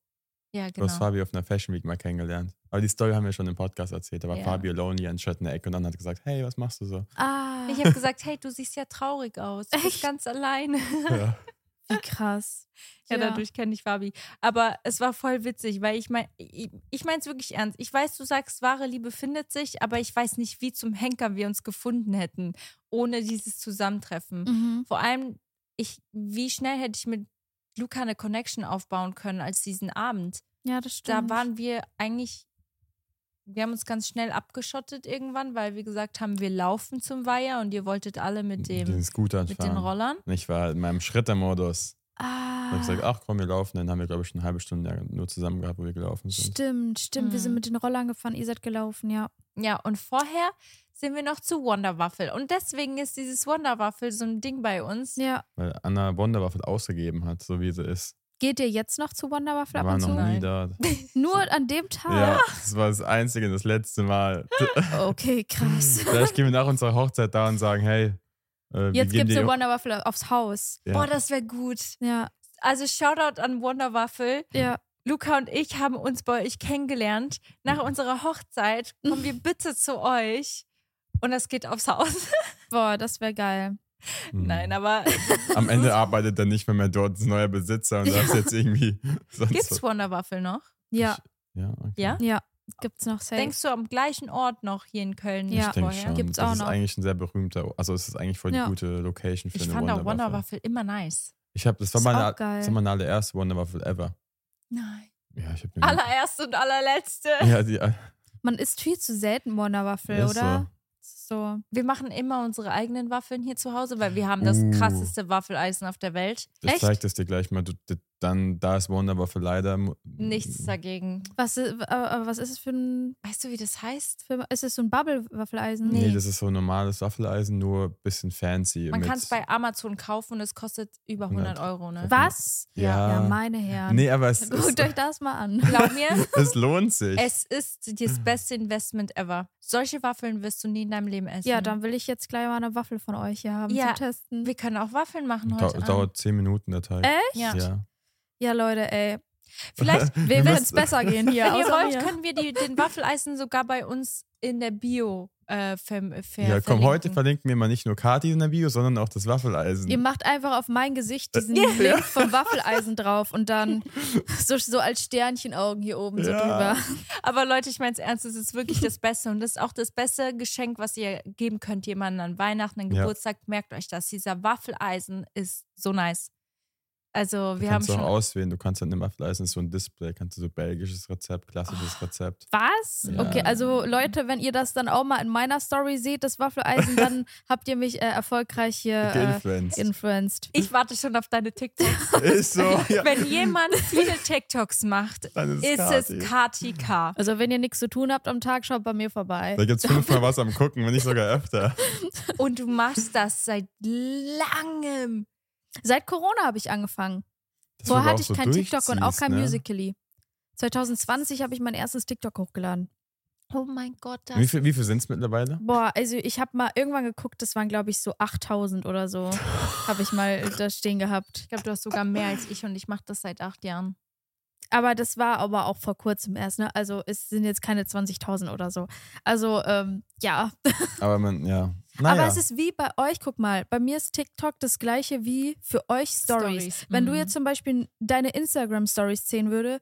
[SPEAKER 1] ja,
[SPEAKER 2] Du hast
[SPEAKER 1] genau.
[SPEAKER 2] Fabi auf einer Fashion Week mal kennengelernt. Aber die Story haben wir schon im Podcast erzählt. Da war
[SPEAKER 1] Ja.
[SPEAKER 2] Fabi alone hier in Schritt in der Ecke und dann hat er gesagt, hey, was machst du so?
[SPEAKER 3] Ah,
[SPEAKER 1] Ich habe gesagt, hey, du siehst ja traurig aus. Du bist
[SPEAKER 3] Echt?
[SPEAKER 1] ganz alleine.
[SPEAKER 2] Ja.
[SPEAKER 3] wie krass.
[SPEAKER 1] Ja, dadurch kenne ich Fabi. Aber es war voll witzig, weil ich meine, ich, ich meine es wirklich ernst. Ich weiß, du sagst, wahre Liebe findet sich, aber ich weiß nicht, wie zum Henker wir uns gefunden hätten, ohne dieses Zusammentreffen.
[SPEAKER 3] Mhm.
[SPEAKER 1] Vor allem, ich, wie schnell hätte ich mit Luca eine Connection aufbauen können als diesen Abend.
[SPEAKER 3] Ja, das stimmt.
[SPEAKER 1] Da waren wir eigentlich, wir haben uns ganz schnell abgeschottet irgendwann, weil wir gesagt haben, wir laufen zum Weiher und ihr wolltet alle mit
[SPEAKER 2] den
[SPEAKER 1] dem,
[SPEAKER 2] Scooter
[SPEAKER 1] mit den
[SPEAKER 2] fahren.
[SPEAKER 1] Rollern.
[SPEAKER 2] Ich war in meinem Schrittermodus. Da
[SPEAKER 3] ah,
[SPEAKER 2] hab ich gesagt, ach komm, wir laufen. Dann haben wir, glaube ich, schon eine halbe Stunde ja nur zusammen gehabt, wo wir gelaufen sind.
[SPEAKER 3] stimmt, stimmt. Wir sind
[SPEAKER 1] Mhm.
[SPEAKER 3] mit den Rollern gefahren. Ihr seid gelaufen, ja.
[SPEAKER 1] Ja, und vorher sind wir noch zu Wonderwaffel. Und deswegen ist dieses Wonderwaffel so ein Ding bei uns.
[SPEAKER 3] Ja.
[SPEAKER 2] Weil Anna Wonderwaffel ausgegeben hat, so wie sie ist.
[SPEAKER 3] Geht ihr jetzt noch zu Wonderwaffel
[SPEAKER 2] Wir
[SPEAKER 3] ab
[SPEAKER 2] waren
[SPEAKER 3] und zu? Ah.
[SPEAKER 2] noch nie
[SPEAKER 1] Nein.
[SPEAKER 2] da.
[SPEAKER 3] Nur an dem Tag?
[SPEAKER 2] Ja, das war das einzige, und das letzte Mal.
[SPEAKER 3] Okay, krass.
[SPEAKER 2] Vielleicht gehen wir nach unserer Hochzeit da und sagen, hey, äh, wir
[SPEAKER 3] Jetzt
[SPEAKER 2] geben
[SPEAKER 3] gibt es
[SPEAKER 2] dir...
[SPEAKER 3] eine Wonderwaffel aufs Haus.
[SPEAKER 2] ja.
[SPEAKER 1] Boah, das wäre gut.
[SPEAKER 3] Ja,
[SPEAKER 1] Also Shoutout an Wonderwaffel.
[SPEAKER 3] ja.
[SPEAKER 1] Luca und ich haben uns bei euch kennengelernt. Nach
[SPEAKER 2] Mhm.
[SPEAKER 1] unserer Hochzeit kommen wir bitte zu euch. Und das geht aufs Haus.
[SPEAKER 3] Boah, das wäre geil.
[SPEAKER 2] Hm.
[SPEAKER 3] Nein, aber
[SPEAKER 2] Am Ende arbeitet er nicht mehr, mehr dort, ist ein neuer Besitzer und das ist jetzt irgendwie sonst
[SPEAKER 1] Gibt's
[SPEAKER 2] was.
[SPEAKER 1] Wonderwaffel noch?
[SPEAKER 3] ja,
[SPEAKER 2] Ja, okay.
[SPEAKER 1] Ja?
[SPEAKER 3] gibt's noch safe.
[SPEAKER 1] Denkst du am gleichen Ort noch hier in Köln?
[SPEAKER 3] Ja.
[SPEAKER 2] ich denke schon.
[SPEAKER 3] Gibt's
[SPEAKER 2] das
[SPEAKER 3] auch
[SPEAKER 2] ist
[SPEAKER 3] noch.
[SPEAKER 2] eigentlich ein sehr berühmter, also es ist eigentlich voll die
[SPEAKER 3] Ja.
[SPEAKER 2] gute Location für
[SPEAKER 1] Ich
[SPEAKER 2] eine
[SPEAKER 1] fand auch
[SPEAKER 2] Wonderwaffel.
[SPEAKER 1] Wonderwaffel immer nice.
[SPEAKER 2] Ich habe, das war
[SPEAKER 3] Ist
[SPEAKER 2] meine,
[SPEAKER 3] auch geil.
[SPEAKER 2] das war meine allererste Wonderwaffel ever.
[SPEAKER 1] Nein.
[SPEAKER 2] Ja, ich habe
[SPEAKER 1] Allererste und allerletzte.
[SPEAKER 2] Ja, die, äh,
[SPEAKER 3] Man isst viel zu selten Wonderwaffel,
[SPEAKER 2] ist
[SPEAKER 3] oder? So.
[SPEAKER 1] Wir machen immer unsere eigenen Waffeln hier zu Hause, weil wir haben das
[SPEAKER 2] Uh.
[SPEAKER 1] krasseste Waffeleisen auf der Welt.
[SPEAKER 2] So. Ich
[SPEAKER 3] Echt?
[SPEAKER 2] zeig das dir gleich mal. Du, du, dann, da ist Wonderwaffel leider. mu-
[SPEAKER 1] Nichts dagegen.
[SPEAKER 3] Was, i- äh, aber was ist es für ein.
[SPEAKER 1] Weißt du, wie das heißt?
[SPEAKER 3] Für, ist es so ein Bubble-Waffeleisen?
[SPEAKER 2] Nee. das ist so ein normales Waffeleisen, nur ein bisschen fancy.
[SPEAKER 1] Man
[SPEAKER 2] mit-
[SPEAKER 1] kann es bei Amazon kaufen und es kostet über 100 Euro, ne?
[SPEAKER 3] Was?
[SPEAKER 2] Äh, Ja.
[SPEAKER 3] Ja, meine Herren.
[SPEAKER 2] Nee, aber es, es,
[SPEAKER 3] Guckt euch das mal an.
[SPEAKER 1] Glaub mir,
[SPEAKER 2] es lohnt sich.
[SPEAKER 1] es ist das beste Investment ever. Solche Waffeln wirst du nie in deinem Leben essen.
[SPEAKER 3] Ja, dann will ich jetzt gleich mal eine Waffel von euch hier haben
[SPEAKER 1] Ja.
[SPEAKER 3] zum Testen.
[SPEAKER 1] Wir können auch Waffeln machen
[SPEAKER 2] Dau
[SPEAKER 1] heute. Abend.
[SPEAKER 2] dauert 10 Minuten der Teig.
[SPEAKER 3] Echt?
[SPEAKER 1] Ja.
[SPEAKER 2] Ja.
[SPEAKER 3] Ja, Leute, ey.
[SPEAKER 1] Vielleicht,
[SPEAKER 2] Wir
[SPEAKER 3] Wem wird es
[SPEAKER 2] müssen-
[SPEAKER 3] besser gehen hier?
[SPEAKER 1] wenn ihr
[SPEAKER 3] außer
[SPEAKER 1] wollt,
[SPEAKER 3] mir?
[SPEAKER 1] können wir die, den Waffeleisen sogar bei uns in der Bio äh, ver ver
[SPEAKER 2] ja, komm, heute
[SPEAKER 1] verlinken.
[SPEAKER 2] verlinken wir mal nicht nur Kati in der Bio, sondern auch das Waffeleisen.
[SPEAKER 3] Ihr macht einfach auf mein
[SPEAKER 2] Äh,
[SPEAKER 3] Gesicht diesen Link vom Waffeleisen drauf und dann so, so als Sternchenaugen hier oben so
[SPEAKER 2] Ja.
[SPEAKER 3] drüber.
[SPEAKER 1] Aber Leute, ich meine es ernst, es ist wirklich das Beste und das ist auch das beste Geschenk, was ihr geben könnt jemandem an Weihnachten, an
[SPEAKER 2] Ja.
[SPEAKER 1] Geburtstag. Merkt euch das, dieser Waffeleisen ist so nice. Also wir haben
[SPEAKER 2] kannst du auch
[SPEAKER 1] schon
[SPEAKER 2] auswählen. Du kannst dann im Waffeleisen ist so ein Display, kannst du so belgisches Rezept, klassisches Rezept.
[SPEAKER 3] Was?
[SPEAKER 2] Ja.
[SPEAKER 3] Okay, also Leute, wenn ihr das dann auch mal in meiner Story seht, das Waffeleisen, dann habt ihr mich äh, erfolgreich hier
[SPEAKER 2] Geinfluenced.
[SPEAKER 3] äh, influenced.
[SPEAKER 1] ich warte schon auf deine TikToks.
[SPEAKER 2] ist so. Ja.
[SPEAKER 1] Wenn jemand viele TikToks macht,
[SPEAKER 2] Dann ist,
[SPEAKER 1] ist
[SPEAKER 2] Kati.
[SPEAKER 1] es Kati K.
[SPEAKER 3] Also wenn ihr nichts zu tun habt am Tag, schaut bei mir vorbei.
[SPEAKER 2] Da gibt's fünfmal was am Gucken, wenn nicht sogar öfter.
[SPEAKER 1] Und du machst das seit langem.
[SPEAKER 3] Seit Corona habe ich angefangen.
[SPEAKER 2] Das wurde
[SPEAKER 3] Vorher hatte
[SPEAKER 2] auch
[SPEAKER 3] ich
[SPEAKER 2] so
[SPEAKER 3] kein TikTok und auch
[SPEAKER 2] durchziehst,
[SPEAKER 3] kein
[SPEAKER 2] ne?
[SPEAKER 3] Musical.ly. 2020 habe ich mein erstes TikTok hochgeladen.
[SPEAKER 1] Oh mein Gott, das
[SPEAKER 2] ne? Wie viel, wie viel sind's mittlerweile?
[SPEAKER 3] Boah, also ich habe mal irgendwann geguckt, das waren glaube ich so 8000 oder so, habe ich mal da stehen gehabt.
[SPEAKER 1] Ich glaube, du hast sogar mehr als ich und ich mache das seit acht Jahren.
[SPEAKER 3] Aber das war aber auch vor kurzem erst, ne? Also es sind jetzt keine 20.000 oder so. Also ähm, ja,
[SPEAKER 2] Aber man, ja. Naja.
[SPEAKER 3] aber es ist wie bei euch, guck mal, bei mir ist TikTok das gleiche wie für euch Stories.
[SPEAKER 1] Stories,
[SPEAKER 3] Wenn
[SPEAKER 1] mhm.
[SPEAKER 3] du jetzt zum Beispiel deine Instagram Stories sehen würde,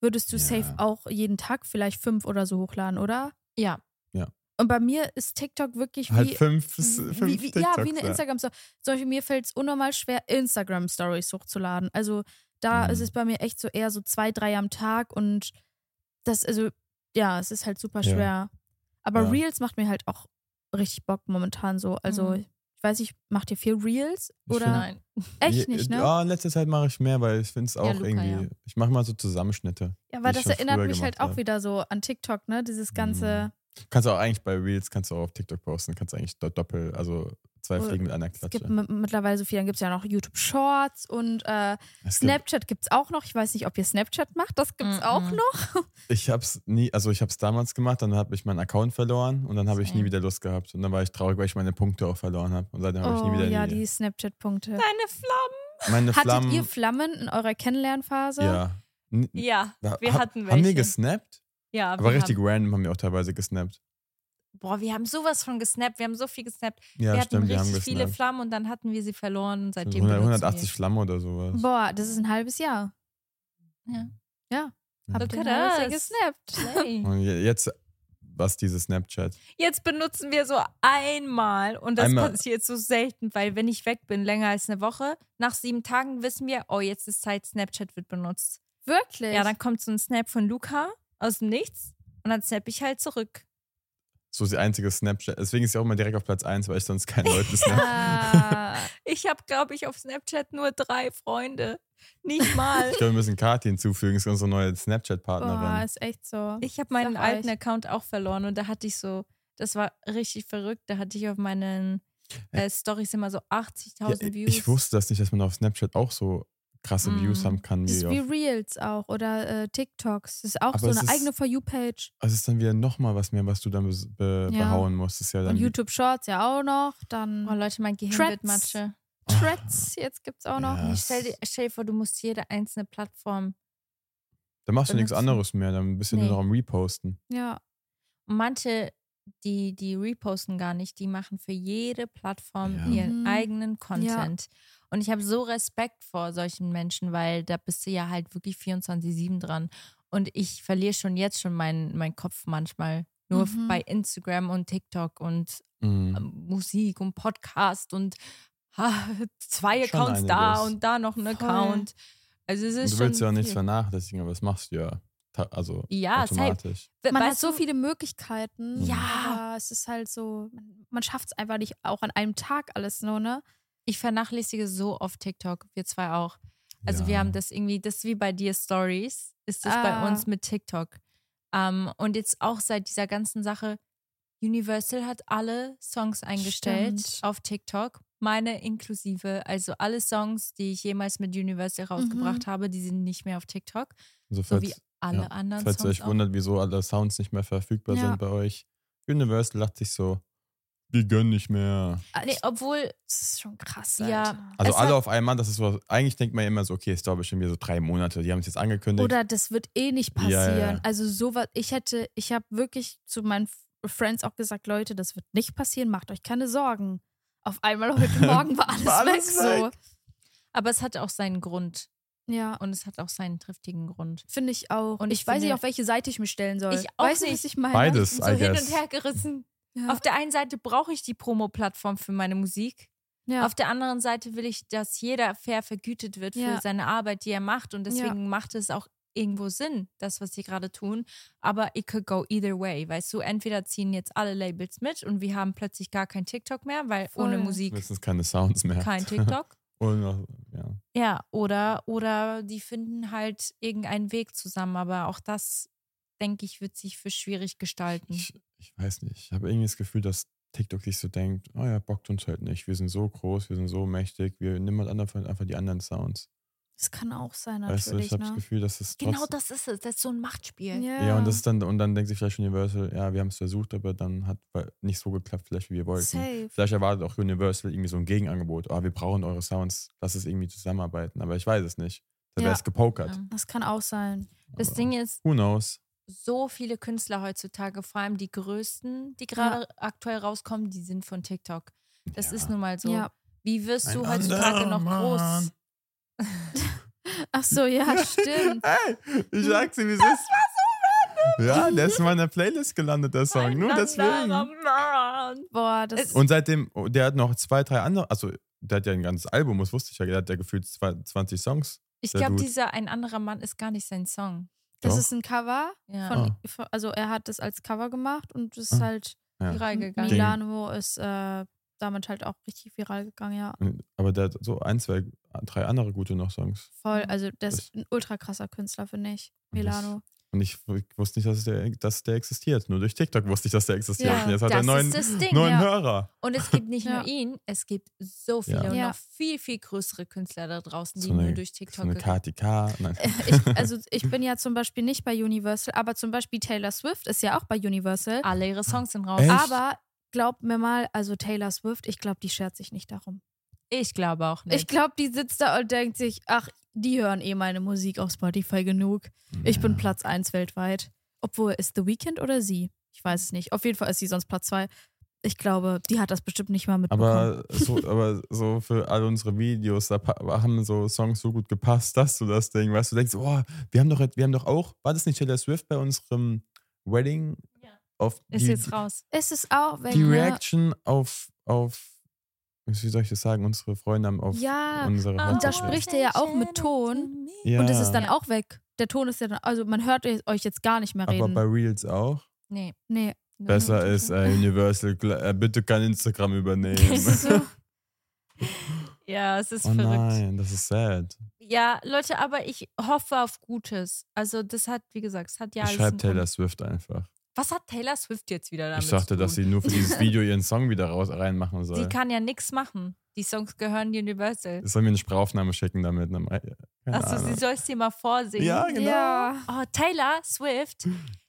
[SPEAKER 3] würdest du
[SPEAKER 2] Ja.
[SPEAKER 3] safe auch jeden Tag vielleicht fünf oder so hochladen, oder?
[SPEAKER 1] Ja.
[SPEAKER 2] Ja.
[SPEAKER 3] Und bei mir ist TikTok wirklich
[SPEAKER 2] halt
[SPEAKER 3] wie
[SPEAKER 2] fünf, fünf
[SPEAKER 3] wie, wie, ja,
[SPEAKER 2] TikToks,
[SPEAKER 3] wie eine Instagram-Story. Zum Beispiel, mir fällt es unnormal schwer, Instagram-Stories hochzuladen. Also da
[SPEAKER 2] Mhm.
[SPEAKER 3] ist es bei mir echt so eher so zwei, drei am Tag und das, also, ja, es ist halt super
[SPEAKER 2] Ja.
[SPEAKER 3] schwer. Aber
[SPEAKER 2] Ja.
[SPEAKER 3] Reels macht mir halt auch richtig Bock momentan so. Also,
[SPEAKER 1] Mhm.
[SPEAKER 3] ich weiß nicht, macht ihr viel Reels?
[SPEAKER 2] Ich
[SPEAKER 3] Oder?
[SPEAKER 2] find-
[SPEAKER 1] Nein.
[SPEAKER 3] Echt nicht, ne? Ja,
[SPEAKER 2] Ja, in letzter Zeit mache ich mehr, weil ich finde es auch
[SPEAKER 1] Luca,
[SPEAKER 2] irgendwie.
[SPEAKER 1] ja.
[SPEAKER 2] Ich mache mal so Zusammenschnitte.
[SPEAKER 3] aber
[SPEAKER 2] ich
[SPEAKER 3] das
[SPEAKER 2] schon
[SPEAKER 3] erinnert
[SPEAKER 2] früher
[SPEAKER 3] mich halt
[SPEAKER 2] gemacht Mhm,
[SPEAKER 3] auch
[SPEAKER 2] hab.
[SPEAKER 3] wieder so an TikTok, ne? Dieses ganze.
[SPEAKER 2] Kannst du auch eigentlich bei Reels, kannst du auch auf TikTok posten, kannst eigentlich do- doppel, also zwei
[SPEAKER 3] Oh,
[SPEAKER 2] Fliegen mit einer
[SPEAKER 3] Es gibt
[SPEAKER 2] Klatsche.
[SPEAKER 3] mi- mittlerweile so viel. Dann gibt es ja noch YouTube Shorts und äh,
[SPEAKER 2] Es gibt-
[SPEAKER 3] Snapchat gibt es auch noch. Ich weiß nicht, ob ihr Snapchat macht. Das gibt es
[SPEAKER 1] Mhm.
[SPEAKER 3] auch noch.
[SPEAKER 2] Ich hab's nie, also ich hab's damals gemacht, dann habe ich meinen Account verloren und dann habe ich nie
[SPEAKER 1] Same.
[SPEAKER 2] wieder Lust gehabt. Und dann war ich traurig, weil ich meine Punkte auch verloren habe. Und seitdem habe ich nie
[SPEAKER 3] oh
[SPEAKER 2] wieder
[SPEAKER 3] ja,
[SPEAKER 2] nie-
[SPEAKER 3] die Snapchat-Punkte.
[SPEAKER 1] Deine Flammen.
[SPEAKER 2] meine
[SPEAKER 3] Hattet
[SPEAKER 2] Flammen.
[SPEAKER 3] ihr Flammen in eurer Kennenlernphase?
[SPEAKER 2] ja. N-
[SPEAKER 1] Ja,
[SPEAKER 2] da-
[SPEAKER 1] wir
[SPEAKER 2] hab-
[SPEAKER 1] hatten welche.
[SPEAKER 2] Haben wir gesnappt?
[SPEAKER 1] ja,
[SPEAKER 2] Aber
[SPEAKER 1] wir
[SPEAKER 2] richtig
[SPEAKER 1] Haben,
[SPEAKER 2] random haben wir auch teilweise gesnappt.
[SPEAKER 1] boah, wir haben sowas von gesnappt. Wir haben so viel gesnappt. wir
[SPEAKER 2] Ja,
[SPEAKER 1] hatten
[SPEAKER 2] stimmt, wir haben
[SPEAKER 1] richtig
[SPEAKER 2] gesnappt.
[SPEAKER 1] viele Flammen und dann hatten wir sie verloren. und Seitdem
[SPEAKER 2] 100,
[SPEAKER 1] benutzen
[SPEAKER 2] 180 Flammen oder sowas.
[SPEAKER 3] Boah, das ist ein halbes Jahr.
[SPEAKER 1] Ja.
[SPEAKER 3] Ja. Habt ihr
[SPEAKER 1] Look
[SPEAKER 3] ein
[SPEAKER 1] at
[SPEAKER 3] halbes Jahr
[SPEAKER 1] us.
[SPEAKER 3] gesnappt?
[SPEAKER 1] wir sie. Play.
[SPEAKER 2] Und je- jetzt, was diese Snapchat?
[SPEAKER 1] Jetzt benutzen wir so einmal und das
[SPEAKER 2] Einmal.
[SPEAKER 1] passiert so selten, weil wenn ich weg bin, länger als eine Woche, nach sieben Tagen wissen wir, oh, jetzt ist Zeit, Snapchat wird benutzt.
[SPEAKER 3] Wirklich?
[SPEAKER 1] Ja, dann kommt so ein Snap von Luca aus dem Nichts und dann snap ich halt zurück.
[SPEAKER 2] So die einzige Snapchat. Deswegen ist sie auch immer direkt auf Platz 1, weil ich sonst keinen Leuten snap.
[SPEAKER 3] ah,
[SPEAKER 1] Ich habe, glaube ich, auf Snapchat nur drei Freunde. Nicht mal.
[SPEAKER 2] Ich glaube, wir müssen Kati hinzufügen, ist unsere neue
[SPEAKER 3] boah,
[SPEAKER 2] Snapchat-Partnerin.
[SPEAKER 3] ist echt so.
[SPEAKER 2] Oh,
[SPEAKER 1] Ich habe meinen
[SPEAKER 3] Sag euch.
[SPEAKER 1] alten Account auch verloren und da hatte ich so, das war richtig verrückt, da hatte ich auf meinen äh, Stories immer so 80.000
[SPEAKER 2] Ja, ich-
[SPEAKER 1] Views.
[SPEAKER 2] ich wusste das nicht, dass man auf Snapchat auch so krasse
[SPEAKER 1] Mm.
[SPEAKER 2] Views haben kann.
[SPEAKER 3] Das
[SPEAKER 2] Wie
[SPEAKER 3] ist
[SPEAKER 2] auf,
[SPEAKER 3] wie
[SPEAKER 2] also
[SPEAKER 3] Reels auch oder äh, TikToks. Das ist auch
[SPEAKER 2] Aber
[SPEAKER 3] so
[SPEAKER 2] es
[SPEAKER 3] eine
[SPEAKER 2] ist-
[SPEAKER 3] eigene For You-Page.
[SPEAKER 2] Also es ist dann wieder nochmal was mehr, was du dann bes- be
[SPEAKER 3] Ja.
[SPEAKER 2] behauen musst. Das ist ja dann
[SPEAKER 3] Und YouTube Shorts ja auch noch. Dann
[SPEAKER 1] Oh Leute, mein Gehirn
[SPEAKER 3] Threads.
[SPEAKER 1] wird Matsche.
[SPEAKER 3] Threads jetzt gibt's auch noch.
[SPEAKER 2] Ah. Ja,
[SPEAKER 1] Stell dir, stell dir vor, du musst jede einzelne Plattform.
[SPEAKER 2] Dann machst du nichts
[SPEAKER 1] benutzen.
[SPEAKER 2] anderes mehr, dann bist du
[SPEAKER 1] Nee.
[SPEAKER 2] nur noch am Reposten.
[SPEAKER 3] Ja.
[SPEAKER 1] Und manche die, die reposten gar nicht, die machen für jede Plattform
[SPEAKER 2] Ja.
[SPEAKER 1] ihren
[SPEAKER 3] Mhm.
[SPEAKER 1] eigenen Content. Und ich habe so Respekt vor solchen Menschen, weil da bist du ja halt wirklich 24-7 dran. Und ich verliere schon jetzt schon meinen meinen Kopf manchmal. Nur
[SPEAKER 3] Mhm.
[SPEAKER 1] bei Instagram und TikTok und
[SPEAKER 2] Mhm.
[SPEAKER 1] ähm, Musik und Podcast und ha, zwei
[SPEAKER 2] Schon
[SPEAKER 1] Accounts da
[SPEAKER 2] einiges.
[SPEAKER 1] und da noch ein
[SPEAKER 4] Voll.
[SPEAKER 1] Account. Also es ist
[SPEAKER 2] Und du willst
[SPEAKER 1] schon
[SPEAKER 2] ja auch nichts
[SPEAKER 1] viel.
[SPEAKER 2] vernachlässigen, aber das machst du ja. ta- Also
[SPEAKER 1] Ja, safe.
[SPEAKER 2] automatisch.
[SPEAKER 1] We-
[SPEAKER 3] Man hat
[SPEAKER 1] weißt
[SPEAKER 3] so
[SPEAKER 1] du-
[SPEAKER 3] viele Möglichkeiten.
[SPEAKER 2] Ja.
[SPEAKER 3] Aber es ist halt so, man, man schafft es einfach nicht auch an einem Tag alles nur, ne?
[SPEAKER 1] Ich vernachlässige so oft TikTok, wir zwei auch. Also
[SPEAKER 2] ja.
[SPEAKER 1] wir haben das irgendwie, das ist wie bei dir Stories, ist das
[SPEAKER 3] Ah.
[SPEAKER 1] bei uns mit TikTok. Ähm, und jetzt auch seit dieser ganzen Sache, Universal hat alle Songs eingestellt
[SPEAKER 3] Stimmt.
[SPEAKER 1] auf TikTok, meine inklusive. Also alle Songs, die ich jemals mit Universal rausgebracht habe, die sind nicht mehr auf TikTok, so
[SPEAKER 2] Also falls,
[SPEAKER 1] wie alle
[SPEAKER 2] ja.
[SPEAKER 1] anderen
[SPEAKER 2] falls ihr
[SPEAKER 1] Songs.
[SPEAKER 2] euch wundert, wieso alle Sounds nicht mehr verfügbar
[SPEAKER 3] Ja.
[SPEAKER 2] sind bei euch, Universal lacht sich so, die gönnen nicht mehr.
[SPEAKER 1] auch. Nee, obwohl,
[SPEAKER 3] Das ist schon krass.
[SPEAKER 1] Ja.
[SPEAKER 3] Alter.
[SPEAKER 2] Also
[SPEAKER 1] Es
[SPEAKER 2] alle
[SPEAKER 1] hat-
[SPEAKER 2] auf einmal, das ist so, eigentlich denkt man ja immer so, okay, es dauert bestimmt wieder so drei Monate, die haben es jetzt angekündigt.
[SPEAKER 3] Oder das wird eh nicht
[SPEAKER 2] Ja, ja,
[SPEAKER 3] passieren.
[SPEAKER 2] ja.
[SPEAKER 3] Also sowas, ich hätte, ich habe wirklich zu meinen F- Friends auch gesagt, Leute, das wird nicht passieren, macht euch keine Sorgen. Auf einmal heute Morgen war alles,
[SPEAKER 2] War
[SPEAKER 3] weg,
[SPEAKER 2] alles weg.
[SPEAKER 1] aber es hat auch seinen Grund
[SPEAKER 3] so. Ja,
[SPEAKER 1] und es hat auch seinen triftigen Grund.
[SPEAKER 3] finde ich auch. Und
[SPEAKER 1] Und
[SPEAKER 3] ich,
[SPEAKER 1] ich
[SPEAKER 3] weiß nicht,
[SPEAKER 1] finde-
[SPEAKER 3] auf welche Seite ich mich stellen soll.
[SPEAKER 1] Ich auch
[SPEAKER 3] weißt du, was
[SPEAKER 1] nicht.
[SPEAKER 3] ich meine?
[SPEAKER 2] Beides,
[SPEAKER 1] so
[SPEAKER 2] I
[SPEAKER 1] hin
[SPEAKER 2] guess.
[SPEAKER 1] und her gerissen.
[SPEAKER 3] Ja.
[SPEAKER 1] Auf der einen Seite brauche ich die Promo-Plattform für meine Musik.
[SPEAKER 3] ja.
[SPEAKER 1] Auf der anderen Seite will ich, dass jeder fair vergütet wird für
[SPEAKER 3] Ja.
[SPEAKER 1] seine Arbeit, die er macht. Und deswegen macht es auch irgendwo Sinn, das, was sie gerade tun. Aber it could go either way. Weißt du, entweder ziehen jetzt alle Labels mit und wir haben plötzlich gar kein TikTok mehr, weil ohne
[SPEAKER 3] Voll.
[SPEAKER 1] Musik
[SPEAKER 2] Mindestens keine Sounds mehr.
[SPEAKER 1] kein TikTok. Mhm.
[SPEAKER 2] Und, noch- ja.
[SPEAKER 1] ja, oder, oder die finden halt irgendeinen Weg zusammen. Aber auch das, denke ich, wird sich für schwierig gestalten.
[SPEAKER 2] ich, ich weiß nicht. Ich habe irgendwie das Gefühl, dass TikTok sich so denkt, oh ja, bockt uns halt nicht. Wir sind so groß, wir sind so mächtig, wir nehmen halt einfach, einfach die anderen Sounds.
[SPEAKER 3] das kann auch sein,
[SPEAKER 2] Weißt du,
[SPEAKER 3] natürlich.
[SPEAKER 2] ich habe das
[SPEAKER 3] ne?
[SPEAKER 2] Gefühl, dass es
[SPEAKER 1] Genau
[SPEAKER 2] trotzdem-
[SPEAKER 1] das ist es. Das ist so ein Machtspiel.
[SPEAKER 2] Ja. und das ist dann, und dann denkt sich vielleicht Universal, ja, wir haben es versucht, aber dann hat bei- nicht so geklappt, vielleicht wie wir wollten.
[SPEAKER 3] Safe.
[SPEAKER 2] Vielleicht erwartet auch Universal irgendwie so ein Gegenangebot. Ah, wir brauchen eure Sounds, lass es irgendwie zusammenarbeiten. Aber ich weiß es nicht. Da wäre
[SPEAKER 3] Ja.
[SPEAKER 2] es gepokert.
[SPEAKER 1] Ja.
[SPEAKER 3] Das kann auch sein.
[SPEAKER 1] Das
[SPEAKER 2] Aber
[SPEAKER 1] Ding ist,
[SPEAKER 2] Who knows?
[SPEAKER 1] so viele Künstler heutzutage, vor allem die größten, die gerade aktuell rauskommen, die sind von TikTok. Das
[SPEAKER 2] Ja.
[SPEAKER 1] ist nun mal so.
[SPEAKER 3] Ja.
[SPEAKER 1] Wie wirst du
[SPEAKER 2] Ein
[SPEAKER 1] heutzutage
[SPEAKER 2] anderer
[SPEAKER 1] noch groß?
[SPEAKER 2] Mann.
[SPEAKER 3] Ach so, ja, stimmt.
[SPEAKER 2] Ey, ich sag's dir, wie es ist. Das war so Ja, der ist in meiner Playlist gelandet, der Song. Nur deswegen.
[SPEAKER 1] deswegen.
[SPEAKER 3] Boah, das
[SPEAKER 2] Und seitdem, oh, der hat noch zwei, drei andere, also der hat ja ein ganzes Album, das wusste ich ja, der hat ja gefühlt zwei- 20 Songs.
[SPEAKER 1] Ich
[SPEAKER 2] Der
[SPEAKER 1] glaube,
[SPEAKER 2] Dude.
[SPEAKER 1] dieser ein anderer Mann ist gar nicht sein Song.
[SPEAKER 3] das
[SPEAKER 2] Doch.
[SPEAKER 3] ist ein Cover.
[SPEAKER 1] Ja.
[SPEAKER 3] Von,
[SPEAKER 2] Ah.
[SPEAKER 3] von- Also er hat das als Cover gemacht und es ist
[SPEAKER 2] Ah.
[SPEAKER 3] halt
[SPEAKER 2] Ja.
[SPEAKER 1] viral gegangen.
[SPEAKER 2] Ding.
[SPEAKER 3] Milano ist äh, damit halt auch richtig viral gegangen, ja.
[SPEAKER 2] Und- Aber der hat so ein, zwei, drei andere gute noch Songs.
[SPEAKER 3] Voll,
[SPEAKER 1] Mhm.
[SPEAKER 3] also der ist
[SPEAKER 2] Das-
[SPEAKER 3] ein ultra krasser Künstler, finde ich.
[SPEAKER 2] Und das-
[SPEAKER 3] Milano.
[SPEAKER 2] Und ich w- wusste nicht, dass der, dass der existiert. Nur durch TikTok wusste ich, dass der existiert.
[SPEAKER 1] Ja,
[SPEAKER 2] Und jetzt hat
[SPEAKER 1] das
[SPEAKER 2] er neun,
[SPEAKER 1] ist das Ding.
[SPEAKER 2] neun
[SPEAKER 3] ja.
[SPEAKER 2] Hörer.
[SPEAKER 1] Und es gibt nicht
[SPEAKER 3] Ja.
[SPEAKER 1] nur ihn, es gibt so viele
[SPEAKER 2] Ja.
[SPEAKER 1] und
[SPEAKER 3] Ja.
[SPEAKER 1] noch viel, viel größere Künstler da draußen, die
[SPEAKER 2] So eine-
[SPEAKER 1] nur durch
[SPEAKER 2] So
[SPEAKER 1] TikTok Äh,
[SPEAKER 2] eine
[SPEAKER 1] gekommen
[SPEAKER 2] Kati K. Nein.
[SPEAKER 3] Ich, also ich bin ja zum Beispiel nicht bei Universal, aber zum Beispiel Taylor Swift ist ja auch bei Universal.
[SPEAKER 1] sind. Alle ihre Songs sind raus.
[SPEAKER 2] Ah, Echt?
[SPEAKER 3] Aber glaub mir mal, also Taylor Swift, ich glaube, die schert sich nicht darum.
[SPEAKER 1] Ich glaube auch nicht.
[SPEAKER 3] Ich glaube, die sitzt da und denkt sich, ach, die hören eh meine Musik auf Spotify genug. Ich bin Platz 1 weltweit. Obwohl, ist The Weeknd oder sie? Ich weiß es nicht. Auf jeden Fall ist sie sonst Platz 2. Ich glaube, die hat das bestimmt nicht mal mitbekommen.
[SPEAKER 2] Aber so, aber so für all unsere Videos, da pa- haben so Songs so gut gepasst, dass du das Ding, weißt du, denkst, oh, wir haben doch, wir haben doch auch, war das nicht Taylor Swift bei unserem Wedding? Auf
[SPEAKER 1] ist
[SPEAKER 2] die,
[SPEAKER 1] jetzt raus.
[SPEAKER 3] ist es auch, wenn
[SPEAKER 2] die
[SPEAKER 3] ne-
[SPEAKER 2] Reaction auf, auf, wie soll ich das sagen, unsere Freunde haben auf
[SPEAKER 3] Ja,
[SPEAKER 2] unsere
[SPEAKER 3] und da
[SPEAKER 2] Hochzeit-
[SPEAKER 3] spricht er ja auch mit Ton.
[SPEAKER 2] ja,
[SPEAKER 3] Und es ist dann
[SPEAKER 1] Ja.
[SPEAKER 3] auch weg. Der Ton ist ja dann, also man hört euch jetzt gar nicht mehr
[SPEAKER 2] Aber
[SPEAKER 3] reden.
[SPEAKER 2] bei Reels auch.
[SPEAKER 1] Nee.
[SPEAKER 3] nee,
[SPEAKER 2] Besser
[SPEAKER 3] Hm.
[SPEAKER 2] ist äh, Universal, gl- äh, bitte kein Instagram
[SPEAKER 3] ist
[SPEAKER 2] übernehmen.
[SPEAKER 3] es so.
[SPEAKER 1] Ja, es ist
[SPEAKER 2] oh
[SPEAKER 1] verrückt.
[SPEAKER 2] nein, das ist sad.
[SPEAKER 1] Ja, Leute, aber ich hoffe auf Gutes. Also das hat, wie gesagt, es hat ja
[SPEAKER 2] Ich
[SPEAKER 1] alles
[SPEAKER 2] schreibe
[SPEAKER 1] einen
[SPEAKER 2] Taylor
[SPEAKER 1] Grund.
[SPEAKER 2] Swift einfach.
[SPEAKER 1] Was hat Taylor Swift jetzt wieder damit
[SPEAKER 2] Ich dachte,
[SPEAKER 1] zu tun?
[SPEAKER 2] dass sie nur für dieses Video ihren Song wieder raus reinmachen soll.
[SPEAKER 1] Sie kann ja nichts machen. Die Songs gehören Universal.
[SPEAKER 2] Soll mir eine Sprachaufnahme schicken damit? Ne? Keine
[SPEAKER 1] Achso, sie
[SPEAKER 2] Ahnung.
[SPEAKER 1] soll es dir mal vorsingen.
[SPEAKER 2] Ja, genau.
[SPEAKER 3] Ja.
[SPEAKER 1] Oh, Taylor Swift.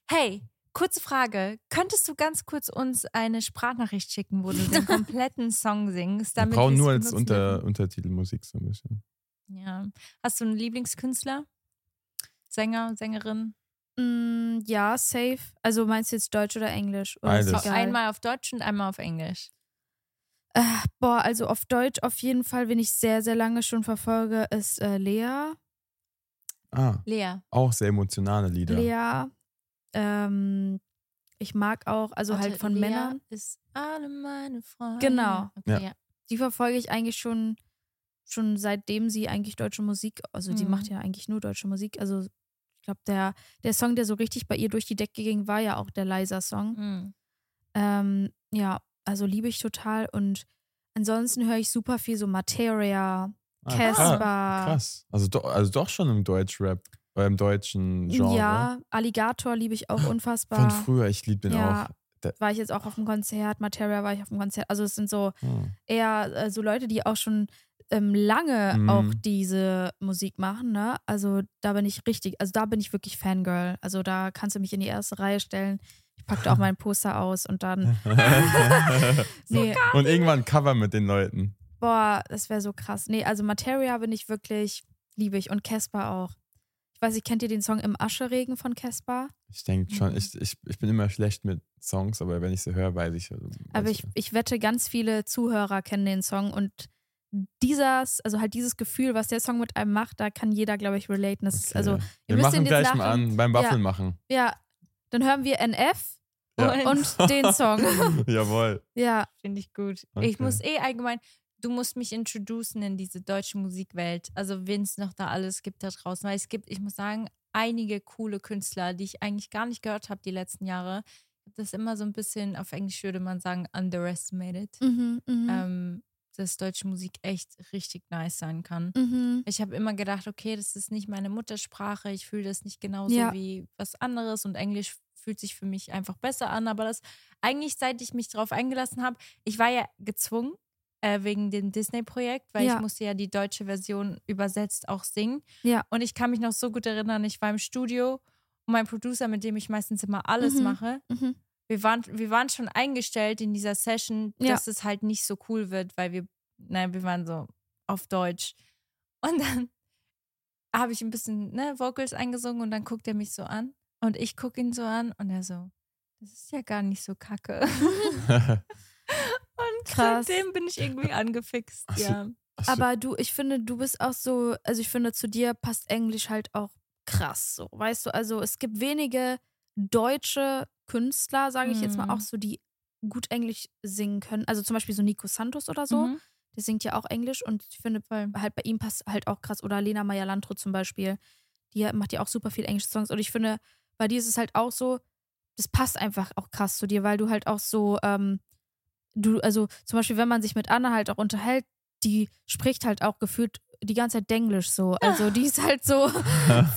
[SPEAKER 1] Hey, kurze Frage. Könntest du ganz kurz uns eine Sprachnachricht schicken, wo du den kompletten Song singst?
[SPEAKER 2] Wir
[SPEAKER 1] Damit
[SPEAKER 2] brauchen
[SPEAKER 1] wir's
[SPEAKER 2] nur als
[SPEAKER 1] benutzen
[SPEAKER 2] Unter Untertitelmusik so ein bisschen.
[SPEAKER 1] dürfen? Ja. Hast du einen Lieblingskünstler? Sänger, Sängerin?
[SPEAKER 3] Mm, ja, safe. Also meinst du jetzt Deutsch oder Englisch? Oder ist
[SPEAKER 2] Beides.
[SPEAKER 3] egal?
[SPEAKER 1] Einmal auf Deutsch und einmal auf Englisch.
[SPEAKER 3] Äh, boah, also auf Deutsch auf jeden Fall, wen ich sehr, sehr lange schon verfolge, ist äh, Lea.
[SPEAKER 2] Ah,
[SPEAKER 1] Lea.
[SPEAKER 2] auch sehr emotionale Lieder.
[SPEAKER 3] Lea. Ähm, ich mag auch, also
[SPEAKER 1] Warte,
[SPEAKER 3] halt von
[SPEAKER 1] Lea
[SPEAKER 3] Männern.
[SPEAKER 1] Ist alle meine Freunde.
[SPEAKER 3] Genau.
[SPEAKER 2] Ja.
[SPEAKER 1] Okay, ja.
[SPEAKER 3] Die verfolge ich eigentlich schon, schon seitdem sie eigentlich deutsche Musik, also die
[SPEAKER 1] Mhm.
[SPEAKER 3] macht ja eigentlich nur deutsche Musik. Also ich glaube, der, der Song, der so richtig bei ihr durch die Decke ging, war ja auch der Leiser-Song.
[SPEAKER 1] Mhm.
[SPEAKER 3] Ähm, ja, also liebe ich total. Und ansonsten höre ich super viel so Materia,
[SPEAKER 2] Ah, krass,
[SPEAKER 3] Casper.
[SPEAKER 2] krass. Also, do, also doch schon im Deutschrap, äh, im deutschen Genre.
[SPEAKER 3] Ja, Alligator liebe ich auch
[SPEAKER 2] Von
[SPEAKER 3] unfassbar.
[SPEAKER 2] früher, ich liebe den
[SPEAKER 3] Ja.
[SPEAKER 2] auch. Da,
[SPEAKER 3] war ich jetzt auch auf dem Konzert, Materia war ich auf dem Konzert. Also es sind so
[SPEAKER 2] hm.
[SPEAKER 3] eher äh, so Leute, die auch schon ähm, lange
[SPEAKER 2] Mhm.
[SPEAKER 3] auch diese Musik machen, ne? Also da bin ich richtig, also da bin ich wirklich Fangirl. Also da kannst du mich in die erste Reihe stellen. Ich packte auch mein Poster aus und dann, nee,
[SPEAKER 2] Und irgendwann ein Cover mit den Leuten.
[SPEAKER 3] boah, das wäre so krass. Nee, also Materia bin ich wirklich, liebe ich. Und Casper auch. Ich weiß nicht, kennt ihr den Song Im Ascheregen von Casper?
[SPEAKER 2] Ich denke schon, ich, ich, ich bin immer schlecht mit Songs, aber wenn ich sie höre, weiß ich. also,
[SPEAKER 3] Aber
[SPEAKER 2] weiß
[SPEAKER 3] ich, ich wette, ganz viele Zuhörer kennen den Song und dieses, also halt dieses Gefühl, was der Song mit einem macht, da kann jeder, glaube ich, relaten. Das ist,
[SPEAKER 2] Okay.
[SPEAKER 3] also, ihr
[SPEAKER 2] Wir
[SPEAKER 3] müsst
[SPEAKER 2] machen
[SPEAKER 3] ihn jetzt
[SPEAKER 2] gleich mal
[SPEAKER 3] nachher-
[SPEAKER 2] an, beim
[SPEAKER 3] Ja.
[SPEAKER 2] Waffeln machen.
[SPEAKER 3] ja, dann hören wir NF
[SPEAKER 2] Ja.
[SPEAKER 3] und den Song.
[SPEAKER 2] Jawohl.
[SPEAKER 3] Ja,
[SPEAKER 1] Finde ich gut. Ich
[SPEAKER 2] Okay.
[SPEAKER 1] muss eh allgemein, du musst mich introducen in diese deutsche Musikwelt. Also wen es noch da alles gibt da draußen. Weil es gibt, ich muss sagen, einige coole Künstler, die ich eigentlich gar nicht gehört habe die letzten Jahre. Ich hab Das immer so ein bisschen, auf Englisch würde man sagen, underestimated.
[SPEAKER 3] mhm, mhm,
[SPEAKER 1] Ähm, dass deutsche Musik echt richtig nice sein kann.
[SPEAKER 3] mhm.
[SPEAKER 1] Ich habe immer gedacht, okay, das ist nicht meine Muttersprache, ich fühle das nicht genauso
[SPEAKER 3] Ja.
[SPEAKER 1] wie was anderes und Englisch fühlt sich für mich einfach besser an. Aber das eigentlich, seit ich mich drauf eingelassen habe, ich war ja gezwungen äh, wegen dem Disney-Projekt, weil
[SPEAKER 3] Ja.
[SPEAKER 1] ich musste ja die deutsche Version übersetzt auch singen.
[SPEAKER 3] Ja.
[SPEAKER 1] Und ich kann mich noch so gut erinnern, ich war im Studio und mein Producer, mit dem ich meistens immer alles
[SPEAKER 3] Mhm.
[SPEAKER 1] mache,
[SPEAKER 3] mhm.
[SPEAKER 1] wir waren, wir waren schon eingestellt in dieser Session,
[SPEAKER 3] Ja.
[SPEAKER 1] dass es halt nicht so cool wird, weil wir, nein, wir waren so auf Deutsch. Und dann habe ich ein bisschen ne, Vocals eingesungen und dann guckt er mich so an und ich gucke ihn so an und er so, das ist ja gar nicht so kacke. Und
[SPEAKER 3] Krass.
[SPEAKER 1] seitdem bin ich irgendwie angefixt.
[SPEAKER 2] Ach so.
[SPEAKER 1] Ja.
[SPEAKER 3] Aber du, ich finde, du bist auch so, also ich finde, zu dir passt Englisch halt auch krass so. Weißt du, also es gibt wenige deutsche Künstler, sage ich jetzt mal,
[SPEAKER 1] Mhm.
[SPEAKER 3] auch so, die gut Englisch singen können. Also zum Beispiel so Nico Santos oder so.
[SPEAKER 1] Mhm.
[SPEAKER 3] Der singt ja auch Englisch und ich finde, halt bei ihm passt halt auch krass. Oder Lena Meyer-Landrut zum Beispiel. Die macht ja auch super viel englische Songs. Und ich finde, bei dir ist es halt auch so, das passt einfach auch krass zu dir, weil du halt auch so, ähm, du, also zum Beispiel, wenn man sich mit Anna halt auch unterhält, die spricht halt auch gefühlt die ganze Zeit Denglisch so. Also die ist halt so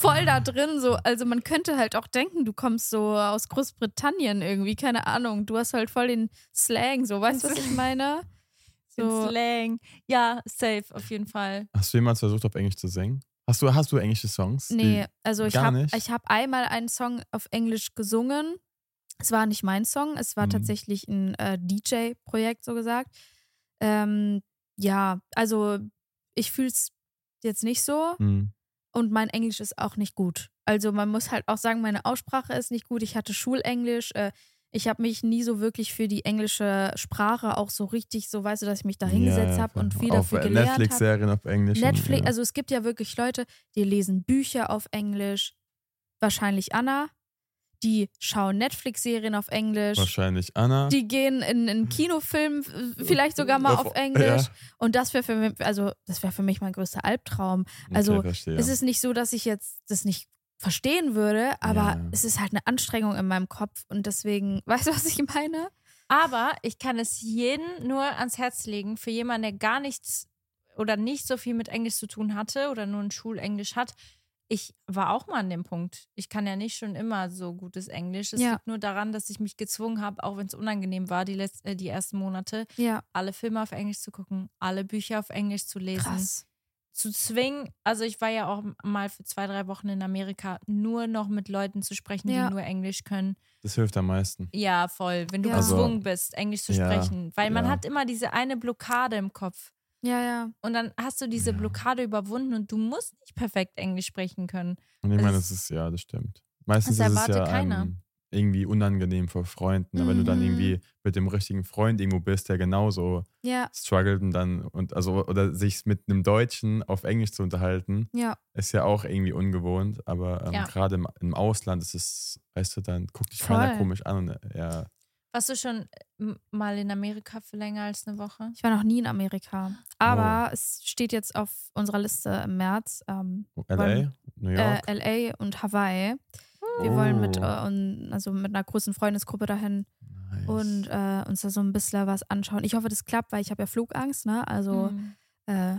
[SPEAKER 3] voll da drin so. Also man könnte halt auch denken, du kommst so aus Großbritannien irgendwie, keine Ahnung. Du hast halt voll den Slang so, weißt du, was ich meine?
[SPEAKER 1] Den
[SPEAKER 3] So.
[SPEAKER 1] Slang. Ja, safe, auf jeden Fall.
[SPEAKER 2] Hast du jemals versucht, auf Englisch zu singen? Hast du, hast du englische Songs? die-
[SPEAKER 3] Nee, also ich
[SPEAKER 2] gar
[SPEAKER 3] habe
[SPEAKER 2] nicht?
[SPEAKER 3] hab einmal einen Song auf Englisch gesungen. Es war nicht mein Song, es war
[SPEAKER 2] Mhm.
[SPEAKER 3] tatsächlich ein äh, DJ-Projekt, so gesagt. Ähm, ja, also ich fühle es jetzt nicht so
[SPEAKER 2] Hm.
[SPEAKER 3] und mein Englisch ist auch nicht gut. Also man muss halt auch sagen, meine Aussprache ist nicht gut. Ich hatte Schulenglisch. Äh, ich habe mich nie so wirklich für die englische Sprache auch so richtig, so weißt du, dass ich mich da hingesetzt
[SPEAKER 2] Ja, ja,
[SPEAKER 3] habe und
[SPEAKER 2] klar.
[SPEAKER 3] viel
[SPEAKER 2] auf
[SPEAKER 3] dafür
[SPEAKER 2] äh,
[SPEAKER 3] gelernt habe.
[SPEAKER 2] Netflix-Serien auf Englisch. und-
[SPEAKER 3] Netflix,
[SPEAKER 2] ja.
[SPEAKER 3] also es gibt ja wirklich Leute, die lesen Bücher auf Englisch, wahrscheinlich Anna, die schauen Netflix-Serien auf Englisch,
[SPEAKER 2] Wahrscheinlich Mhm. Anna.
[SPEAKER 3] die gehen in einen Kinofilm äh, vielleicht sogar mal auf Englisch. Und das wäre für mich, also das wäre für mich mein größter Albtraum. Also,
[SPEAKER 2] verstehe.
[SPEAKER 3] Es ist nicht so, dass ich jetzt das nicht verstehen würde, aber
[SPEAKER 2] Ja.
[SPEAKER 3] es ist halt eine Anstrengung in meinem Kopf und deswegen, weißt du, was ich meine?
[SPEAKER 1] Aber ich kann es jedem nur ans Herz legen, für jemanden, der gar nichts oder nicht so viel mit Englisch zu tun hatte oder nur ein Schulenglisch hat. Ich war auch mal an dem Punkt. Ich kann ja nicht schon immer so gutes Englisch. Es
[SPEAKER 3] Ja.
[SPEAKER 1] liegt nur daran, dass ich mich gezwungen habe, auch wenn es unangenehm war, die, letz- äh, die ersten Monate,
[SPEAKER 3] Ja,
[SPEAKER 1] alle Filme auf Englisch zu gucken, alle Bücher auf Englisch zu lesen.
[SPEAKER 3] krass.
[SPEAKER 1] Zu zwingen, also ich war ja auch mal für zwei, drei Wochen in Amerika, nur noch mit Leuten zu sprechen,
[SPEAKER 3] Ja.
[SPEAKER 1] die nur Englisch können.
[SPEAKER 2] das hilft am meisten.
[SPEAKER 1] Ja, voll. Wenn du
[SPEAKER 3] Ja.
[SPEAKER 2] Also-
[SPEAKER 1] gezwungen bist, Englisch zu
[SPEAKER 2] Ja,
[SPEAKER 1] sprechen. Weil man
[SPEAKER 2] ja.
[SPEAKER 1] hat immer diese eine Blockade im Kopf.
[SPEAKER 3] Ja, ja.
[SPEAKER 1] Und dann hast du diese
[SPEAKER 2] Ja.
[SPEAKER 1] Blockade überwunden und du musst nicht perfekt Englisch sprechen können.
[SPEAKER 2] Und ich
[SPEAKER 1] Es
[SPEAKER 2] meine,
[SPEAKER 1] ist-
[SPEAKER 2] das ist, ja, das stimmt. Meistens
[SPEAKER 1] Das
[SPEAKER 2] ist es
[SPEAKER 1] erwartet
[SPEAKER 2] ja
[SPEAKER 1] keiner.
[SPEAKER 2] einem irgendwie unangenehm vor Freunden. Aber Wenn du dann
[SPEAKER 1] Mhm.
[SPEAKER 2] irgendwie mit dem richtigen Freund irgendwo bist, der genauso
[SPEAKER 3] Ja,
[SPEAKER 2] struggelt und dann und also oder sich mit einem Deutschen auf Englisch zu unterhalten,
[SPEAKER 3] ja.
[SPEAKER 2] ist ja auch irgendwie ungewohnt. Aber ähm,
[SPEAKER 1] Ja.
[SPEAKER 2] gerade im, im Ausland ist es, weißt du, dann guckt dich
[SPEAKER 3] Voll.
[SPEAKER 2] keiner komisch an und ja,
[SPEAKER 1] Warst du schon äh, m- mal in Amerika für länger als eine Woche?
[SPEAKER 3] Ich war noch nie in Amerika. Aber es steht jetzt auf unserer Liste im März ähm,
[SPEAKER 2] LA, New
[SPEAKER 3] äh,
[SPEAKER 2] York.
[SPEAKER 3] LA und Hawaii. Wir wollen mit, äh,
[SPEAKER 2] Oh,
[SPEAKER 3] un- also mit einer großen Freundesgruppe dahin
[SPEAKER 2] nice.
[SPEAKER 3] und äh, uns da so ein bisschen was anschauen. Ich hoffe, das klappt, weil ich habe ja Flugangst, ne? Also
[SPEAKER 1] Hm.
[SPEAKER 3] äh,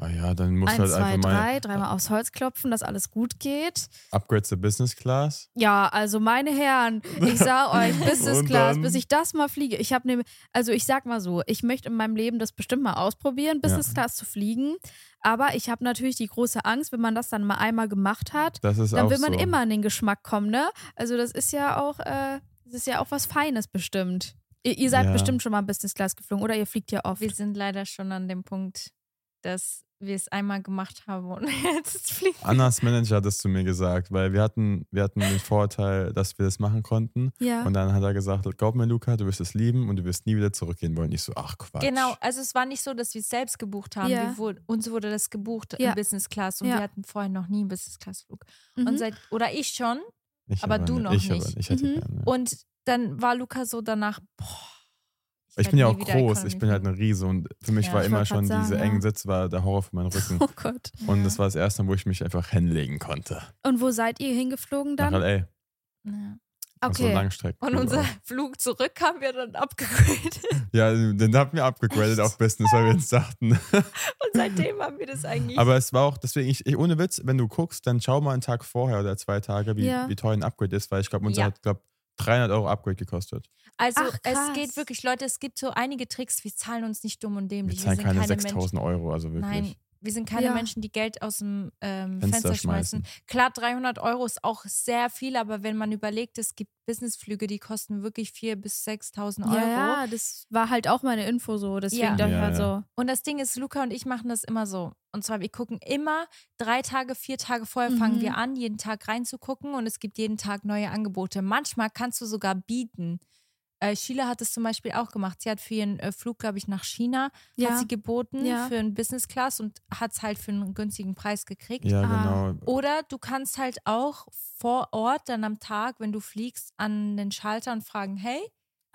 [SPEAKER 2] ah ja, dann muss
[SPEAKER 3] eins,
[SPEAKER 2] halt
[SPEAKER 3] zwei,
[SPEAKER 2] einfach mal
[SPEAKER 3] drei, dreimal aufs Holz klopfen, dass alles gut geht.
[SPEAKER 2] Upgrade zur Business Class.
[SPEAKER 3] Ja, also meine Herren, ich sag euch, Business
[SPEAKER 2] Und
[SPEAKER 3] Class,
[SPEAKER 2] dann?
[SPEAKER 3] bis ich das mal fliege. Ich habe nämlich, also ich sag mal so, ich möchte in meinem Leben das bestimmt mal ausprobieren, Business Class zu fliegen. Aber ich habe natürlich die große Angst, wenn man das dann mal einmal gemacht hat,
[SPEAKER 2] Das ist
[SPEAKER 3] dann
[SPEAKER 2] auch
[SPEAKER 3] will man
[SPEAKER 2] so.
[SPEAKER 3] immer in den Geschmack kommen, ne? Also das ist ja auch, äh, das ist ja auch was Feines bestimmt. Ihr, ihr seid
[SPEAKER 2] Ja.
[SPEAKER 3] bestimmt schon mal Business Class geflogen oder ihr fliegt ja oft.
[SPEAKER 1] Wir sind leider schon an dem Punkt, dass wir es einmal gemacht haben und jetzt fliegen.
[SPEAKER 2] Annas Manager hat es zu mir gesagt, weil wir hatten, wir hatten den Vorteil, dass wir das machen konnten.
[SPEAKER 3] Ja.
[SPEAKER 2] Und dann hat er gesagt, glaub mir, Luca, du wirst es lieben und du wirst nie wieder zurückgehen wollen. Ich so, ach Quatsch.
[SPEAKER 1] Genau, also es war nicht so, dass wir es selbst gebucht haben.
[SPEAKER 3] Ja.
[SPEAKER 1] Wir wurden, uns wurde das gebucht
[SPEAKER 3] Ja.
[SPEAKER 1] in Business Class und
[SPEAKER 3] Ja.
[SPEAKER 1] wir hatten vorher noch nie einen Business Class Flug.
[SPEAKER 3] Mhm.
[SPEAKER 1] Und seit, oder ich schon.
[SPEAKER 2] Ich
[SPEAKER 1] aber du
[SPEAKER 2] nicht.
[SPEAKER 1] noch
[SPEAKER 2] ich
[SPEAKER 1] nicht.
[SPEAKER 2] Aber, ich, hätte
[SPEAKER 3] Mhm.
[SPEAKER 2] gern, ja.
[SPEAKER 1] Und dann war Luca so danach, boah.
[SPEAKER 2] ich
[SPEAKER 1] werd
[SPEAKER 2] bin ja
[SPEAKER 1] nie
[SPEAKER 2] auch
[SPEAKER 1] wieder
[SPEAKER 2] groß,
[SPEAKER 1] Economy
[SPEAKER 2] ich bin halt
[SPEAKER 1] fliegen.
[SPEAKER 2] ein Riese und für mich
[SPEAKER 1] Ja.
[SPEAKER 2] war
[SPEAKER 3] Ich
[SPEAKER 2] immer
[SPEAKER 3] wollt
[SPEAKER 2] schon
[SPEAKER 3] grad
[SPEAKER 2] diese
[SPEAKER 3] sagen,
[SPEAKER 2] engen
[SPEAKER 3] ja.
[SPEAKER 2] Sitze war der Horror für meinen Rücken.
[SPEAKER 3] Oh Gott.
[SPEAKER 2] Und
[SPEAKER 1] Ja.
[SPEAKER 2] das war das erste Mal, wo ich mich einfach hinlegen konnte.
[SPEAKER 3] Und wo seid ihr hingeflogen
[SPEAKER 2] Nach
[SPEAKER 3] dann?
[SPEAKER 2] L.A.
[SPEAKER 1] Ja.
[SPEAKER 2] Okay. So
[SPEAKER 3] Okay.
[SPEAKER 2] Langstrecken.
[SPEAKER 1] Und unser Flug zurück haben wir dann abgegradet.
[SPEAKER 2] Ja, den haben wir abgegradet auf Business, weil wir jetzt dachten,
[SPEAKER 1] Und seitdem haben wir das eigentlich.
[SPEAKER 2] Aber es war auch, deswegen, ich, ich, ohne Witz, wenn du guckst, dann schau mal einen Tag vorher oder zwei Tage, wie,
[SPEAKER 3] Ja.
[SPEAKER 2] wie teuer ein Upgrade ist, weil ich glaube, unser
[SPEAKER 1] Ja.
[SPEAKER 2] hat, glaube 300 Euro Upgrade gekostet.
[SPEAKER 1] also
[SPEAKER 3] Ach, krass.
[SPEAKER 1] es geht wirklich, Leute, es gibt so einige Tricks, wir zahlen uns nicht dumm und
[SPEAKER 2] Wir
[SPEAKER 1] dämlich.
[SPEAKER 2] zahlen
[SPEAKER 1] sind
[SPEAKER 2] keine
[SPEAKER 1] Menschen.
[SPEAKER 2] 6000 Euro, also wirklich.
[SPEAKER 1] Nein, wir sind keine
[SPEAKER 3] Ja.
[SPEAKER 1] Menschen, die Geld aus dem ähm,
[SPEAKER 2] Fenster
[SPEAKER 1] Fenster, schmeißen. Klar, 300 Euro ist auch sehr viel, aber wenn man überlegt, es gibt Businessflüge, die kosten wirklich 4.000 bis 6.000 Euro.
[SPEAKER 3] Ja, ja, das war halt auch meine Info so. Deswegen
[SPEAKER 1] Ja.
[SPEAKER 3] dachte ich
[SPEAKER 2] Ja,
[SPEAKER 3] halt
[SPEAKER 2] ja.
[SPEAKER 3] so.
[SPEAKER 1] Und das Ding ist, Luca und ich machen das immer so. Und zwar, wir gucken immer drei Tage, vier Tage vorher
[SPEAKER 3] Mhm.
[SPEAKER 1] fangen wir an, jeden Tag reinzugucken und es gibt jeden Tag neue Angebote. Manchmal kannst du sogar bieten. Äh, Sheila hat es zum Beispiel auch gemacht. Sie hat für ihren äh, Flug, glaube ich, nach China,
[SPEAKER 3] Ja.
[SPEAKER 1] hat sie geboten
[SPEAKER 3] Ja.
[SPEAKER 1] für einen Business Class und hat es halt für einen günstigen Preis gekriegt.
[SPEAKER 2] Ja,
[SPEAKER 3] Ah.
[SPEAKER 2] genau.
[SPEAKER 1] Oder du kannst halt auch vor Ort dann am Tag, wenn du fliegst, an den Schalter und fragen, hey,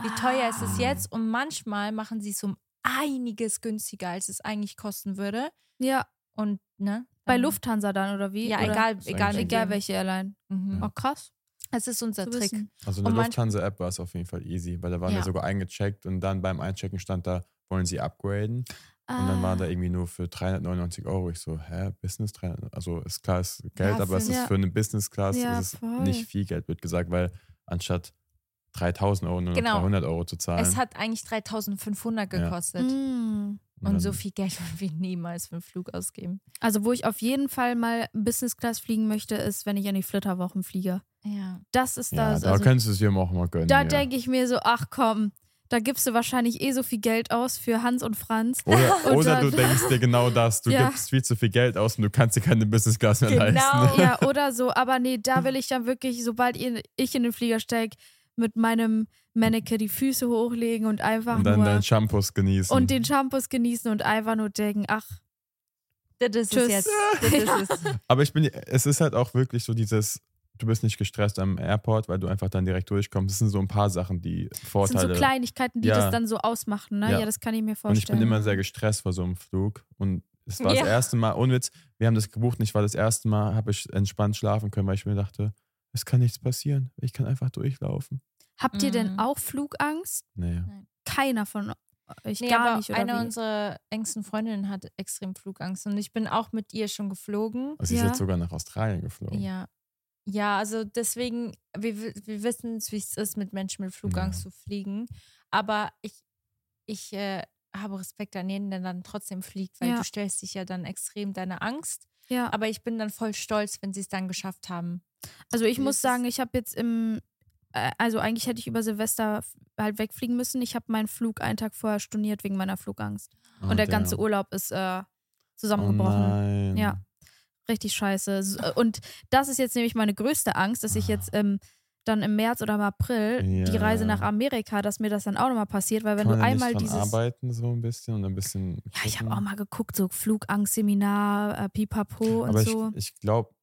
[SPEAKER 1] wie teuer ist es
[SPEAKER 2] Ah.
[SPEAKER 1] jetzt? Und manchmal machen sie es um einiges günstiger, als es eigentlich kosten würde.
[SPEAKER 3] Ja,
[SPEAKER 1] Und ne?
[SPEAKER 3] bei
[SPEAKER 1] dann-
[SPEAKER 3] Lufthansa dann oder wie?
[SPEAKER 1] Ja,
[SPEAKER 3] oder?
[SPEAKER 1] egal,
[SPEAKER 2] Ist
[SPEAKER 1] egal,
[SPEAKER 2] eigentlich
[SPEAKER 3] Egal
[SPEAKER 1] egal
[SPEAKER 3] welche Airline.
[SPEAKER 1] Mhm.
[SPEAKER 3] Oh, krass.
[SPEAKER 1] Das ist unser
[SPEAKER 3] zu
[SPEAKER 1] Trick.
[SPEAKER 3] wissen.
[SPEAKER 2] Also in
[SPEAKER 1] Und
[SPEAKER 2] der
[SPEAKER 1] manch-
[SPEAKER 2] Lufthansa-App war es auf jeden Fall easy, weil da waren
[SPEAKER 1] Ja.
[SPEAKER 2] wir sogar eingecheckt und dann beim Einchecken stand da, wollen sie upgraden.
[SPEAKER 1] Ah.
[SPEAKER 2] Und dann
[SPEAKER 3] Ah.
[SPEAKER 2] war da irgendwie nur für 399 Euro. Ich so, hä, Business 300? Also ist klar, ist Geld,
[SPEAKER 1] Ja,
[SPEAKER 2] aber es
[SPEAKER 1] für-
[SPEAKER 2] ist
[SPEAKER 3] Ja.
[SPEAKER 2] für eine Business Class
[SPEAKER 3] Ja,
[SPEAKER 2] ist es
[SPEAKER 3] voll.
[SPEAKER 2] nicht viel Geld, wird gesagt, weil anstatt 3000 Euro nur noch
[SPEAKER 1] Genau.
[SPEAKER 2] 300 Euro zu zahlen.
[SPEAKER 1] Es hat eigentlich 3500
[SPEAKER 2] Ja. Mhm.
[SPEAKER 3] Ah.
[SPEAKER 1] gekostet.
[SPEAKER 3] Mm.
[SPEAKER 1] Und so
[SPEAKER 2] dann-
[SPEAKER 1] viel Geld würden wir niemals für einen Flug ausgeben.
[SPEAKER 3] Also, wo ich auf jeden Fall mal Business Class fliegen möchte, ist, wenn ich an die Flitterwochen fliege.
[SPEAKER 1] Ja.
[SPEAKER 3] Das ist
[SPEAKER 2] Ja,
[SPEAKER 3] das.
[SPEAKER 2] da
[SPEAKER 3] also,
[SPEAKER 2] kannst du es dir auch mal gönnen.
[SPEAKER 3] da
[SPEAKER 2] ja.
[SPEAKER 3] denke ich mir so, ach komm, da gibst du wahrscheinlich eh so viel Geld aus für Hans und Franz.
[SPEAKER 2] oder,
[SPEAKER 3] Und
[SPEAKER 2] oder
[SPEAKER 3] dann-
[SPEAKER 2] du denkst dir genau das, du
[SPEAKER 3] Ja.
[SPEAKER 2] gibst viel zu viel Geld aus und du kannst dir keine Business Class mehr
[SPEAKER 1] Genau.
[SPEAKER 2] leisten. ne?
[SPEAKER 3] Ja, oder so. Aber nee, da will ich dann wirklich, sobald ihr, ich in den Flieger steig, mit meinem Manneke die Füße hochlegen und einfach
[SPEAKER 2] Und dann
[SPEAKER 3] nur
[SPEAKER 2] deinen Shampoos genießen.
[SPEAKER 3] und den Shampoos genießen und einfach nur denken, ach,
[SPEAKER 1] Das ist
[SPEAKER 3] Tschüss.
[SPEAKER 1] es jetzt. Das ist es.
[SPEAKER 2] Aber ich bin, es ist halt auch wirklich so dieses, du bist nicht gestresst am Airport, weil du einfach dann direkt durchkommst. Das sind so ein paar Sachen, die
[SPEAKER 3] das sind
[SPEAKER 2] Vorteile.
[SPEAKER 3] so Kleinigkeiten, die
[SPEAKER 2] Ja.
[SPEAKER 3] das dann so ausmachen. Ne? Ja.
[SPEAKER 2] Ja.
[SPEAKER 3] das kann ich mir
[SPEAKER 2] und ich
[SPEAKER 3] vorstellen.
[SPEAKER 2] bin immer sehr gestresst vor so einem Flug. Und es war
[SPEAKER 1] Ja.
[SPEAKER 2] das erste Mal, ohne Witz, wir haben das gebucht und ich war das erste Mal, habe ich entspannt schlafen können, weil ich mir dachte, es kann nichts passieren. Ich kann einfach durchlaufen.
[SPEAKER 3] Habt ihr denn
[SPEAKER 1] Mhm.
[SPEAKER 3] auch Flugangst?
[SPEAKER 2] Naja.
[SPEAKER 3] Keiner von euch,
[SPEAKER 1] Nee,
[SPEAKER 3] gar
[SPEAKER 1] aber
[SPEAKER 3] nicht, oder
[SPEAKER 1] eine
[SPEAKER 3] wie?
[SPEAKER 1] unserer engsten Freundinnen hat extrem Flugangst und ich bin auch mit ihr schon geflogen.
[SPEAKER 2] Also sie
[SPEAKER 3] Ja.
[SPEAKER 2] ist jetzt sogar nach Australien geflogen.
[SPEAKER 1] Ja. Ja, also deswegen, wir, wi- wir wissen es, wie es ist, mit Menschen mit Flugangst zu fliegen. Aber ich, ich äh, habe Respekt an jeden, der dann trotzdem fliegt, weil
[SPEAKER 3] Ja.
[SPEAKER 1] du stellst dich ja dann extrem deine Angst.
[SPEAKER 3] Ja.
[SPEAKER 1] Aber ich bin dann voll stolz, wenn sie es dann geschafft haben.
[SPEAKER 3] Also ich
[SPEAKER 1] Wie
[SPEAKER 3] muss
[SPEAKER 1] ist
[SPEAKER 3] sagen, ich habe jetzt im, äh, also eigentlich hätte ich über Silvester f- halt wegfliegen müssen. Ich habe meinen Flug einen Tag vorher storniert wegen meiner Flugangst. Und der ganze Urlaub ist äh,
[SPEAKER 2] Ah, Oh
[SPEAKER 3] zusammengebrochen.
[SPEAKER 2] nein.
[SPEAKER 3] Ja. richtig scheiße. S- äh, Und das ist jetzt nämlich meine größte Angst, dass ich jetzt ähm, dann im März oder im April die
[SPEAKER 2] Ja.
[SPEAKER 3] Reise nach Amerika, dass mir das dann auch nochmal passiert, weil wenn
[SPEAKER 2] Kann man
[SPEAKER 3] du
[SPEAKER 2] da
[SPEAKER 3] einmal
[SPEAKER 2] nicht dran
[SPEAKER 3] dieses.
[SPEAKER 2] arbeiten so ein bisschen und ein bisschen.
[SPEAKER 3] Ja, ich habe
[SPEAKER 2] gucken?
[SPEAKER 3] auch mal geguckt, so Flugangstseminar, äh, Pipapo und
[SPEAKER 2] Aber
[SPEAKER 3] so.
[SPEAKER 2] ich, ich glaube,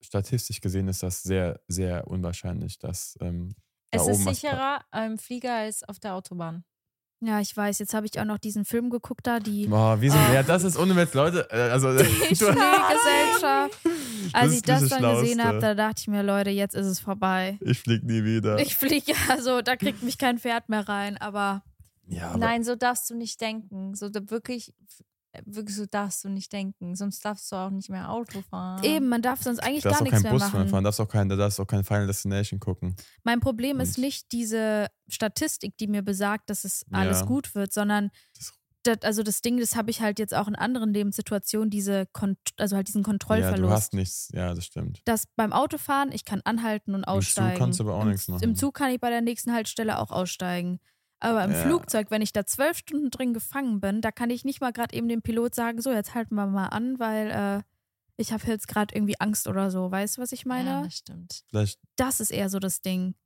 [SPEAKER 2] statistisch gesehen ist das sehr, sehr unwahrscheinlich, dass ähm, da
[SPEAKER 1] Es
[SPEAKER 2] oben
[SPEAKER 1] ist
[SPEAKER 2] was pa-
[SPEAKER 1] sicherer im Flieger als auf der Autobahn.
[SPEAKER 3] ja, ich weiß. Jetzt habe ich auch noch diesen Film geguckt da, die
[SPEAKER 2] Boah, wieso?
[SPEAKER 3] Ah.
[SPEAKER 2] Ja, das ist ohne Witz, Leute. äh, Also,
[SPEAKER 3] Die Schneegesellschaft. Als ich
[SPEAKER 2] ist nicht
[SPEAKER 3] das
[SPEAKER 2] das
[SPEAKER 3] dann gesehen
[SPEAKER 2] Schlauste.
[SPEAKER 3] habe, da dachte ich mir, Leute, jetzt ist es vorbei.
[SPEAKER 2] ich flieg nie wieder.
[SPEAKER 3] Ich fliege, also da kriegt mich kein Pferd mehr rein, aber
[SPEAKER 2] ja, aber
[SPEAKER 1] Nein, so darfst du nicht denken. So da wirklich, äh, wirklich so darfst du nicht denken. Sonst darfst du auch nicht mehr Auto fahren.
[SPEAKER 3] eben, man darf sonst eigentlich
[SPEAKER 2] du darfst
[SPEAKER 3] gar
[SPEAKER 2] auch
[SPEAKER 3] nichts
[SPEAKER 2] keinen
[SPEAKER 3] mehr
[SPEAKER 2] Bus fahren,
[SPEAKER 3] machen.
[SPEAKER 2] du darfst auch kein, da darfst auch kein Final Destination gucken.
[SPEAKER 3] Mein Problem ist
[SPEAKER 2] Und-
[SPEAKER 3] nicht diese Statistik, die mir besagt, dass es alles
[SPEAKER 2] Ja.
[SPEAKER 3] gut wird, sondern
[SPEAKER 2] Das-
[SPEAKER 3] das, also das Ding, das habe ich halt jetzt auch in anderen Lebenssituationen, diese Kon also halt diesen
[SPEAKER 2] Ja,
[SPEAKER 3] Kontrollverlust.
[SPEAKER 2] du hast nichts. Ja, das stimmt.
[SPEAKER 3] dass beim Autofahren, ich kann anhalten und aussteigen.
[SPEAKER 2] kannst du aber auch
[SPEAKER 3] Im,
[SPEAKER 2] nichts machen.
[SPEAKER 3] Im Zug kann ich bei der nächsten Haltestelle auch aussteigen. Aber im
[SPEAKER 2] Ja.
[SPEAKER 3] Flugzeug, wenn ich da zwölf Stunden drin gefangen bin, da kann ich nicht mal gerade eben dem Pilot sagen, so, jetzt halten wir mal an, weil äh, ich habe jetzt gerade irgendwie Angst oder so. Weißt du, was ich
[SPEAKER 1] Ja,
[SPEAKER 3] meine?
[SPEAKER 1] das stimmt.
[SPEAKER 2] Vielleicht
[SPEAKER 3] das ist eher so das Ding.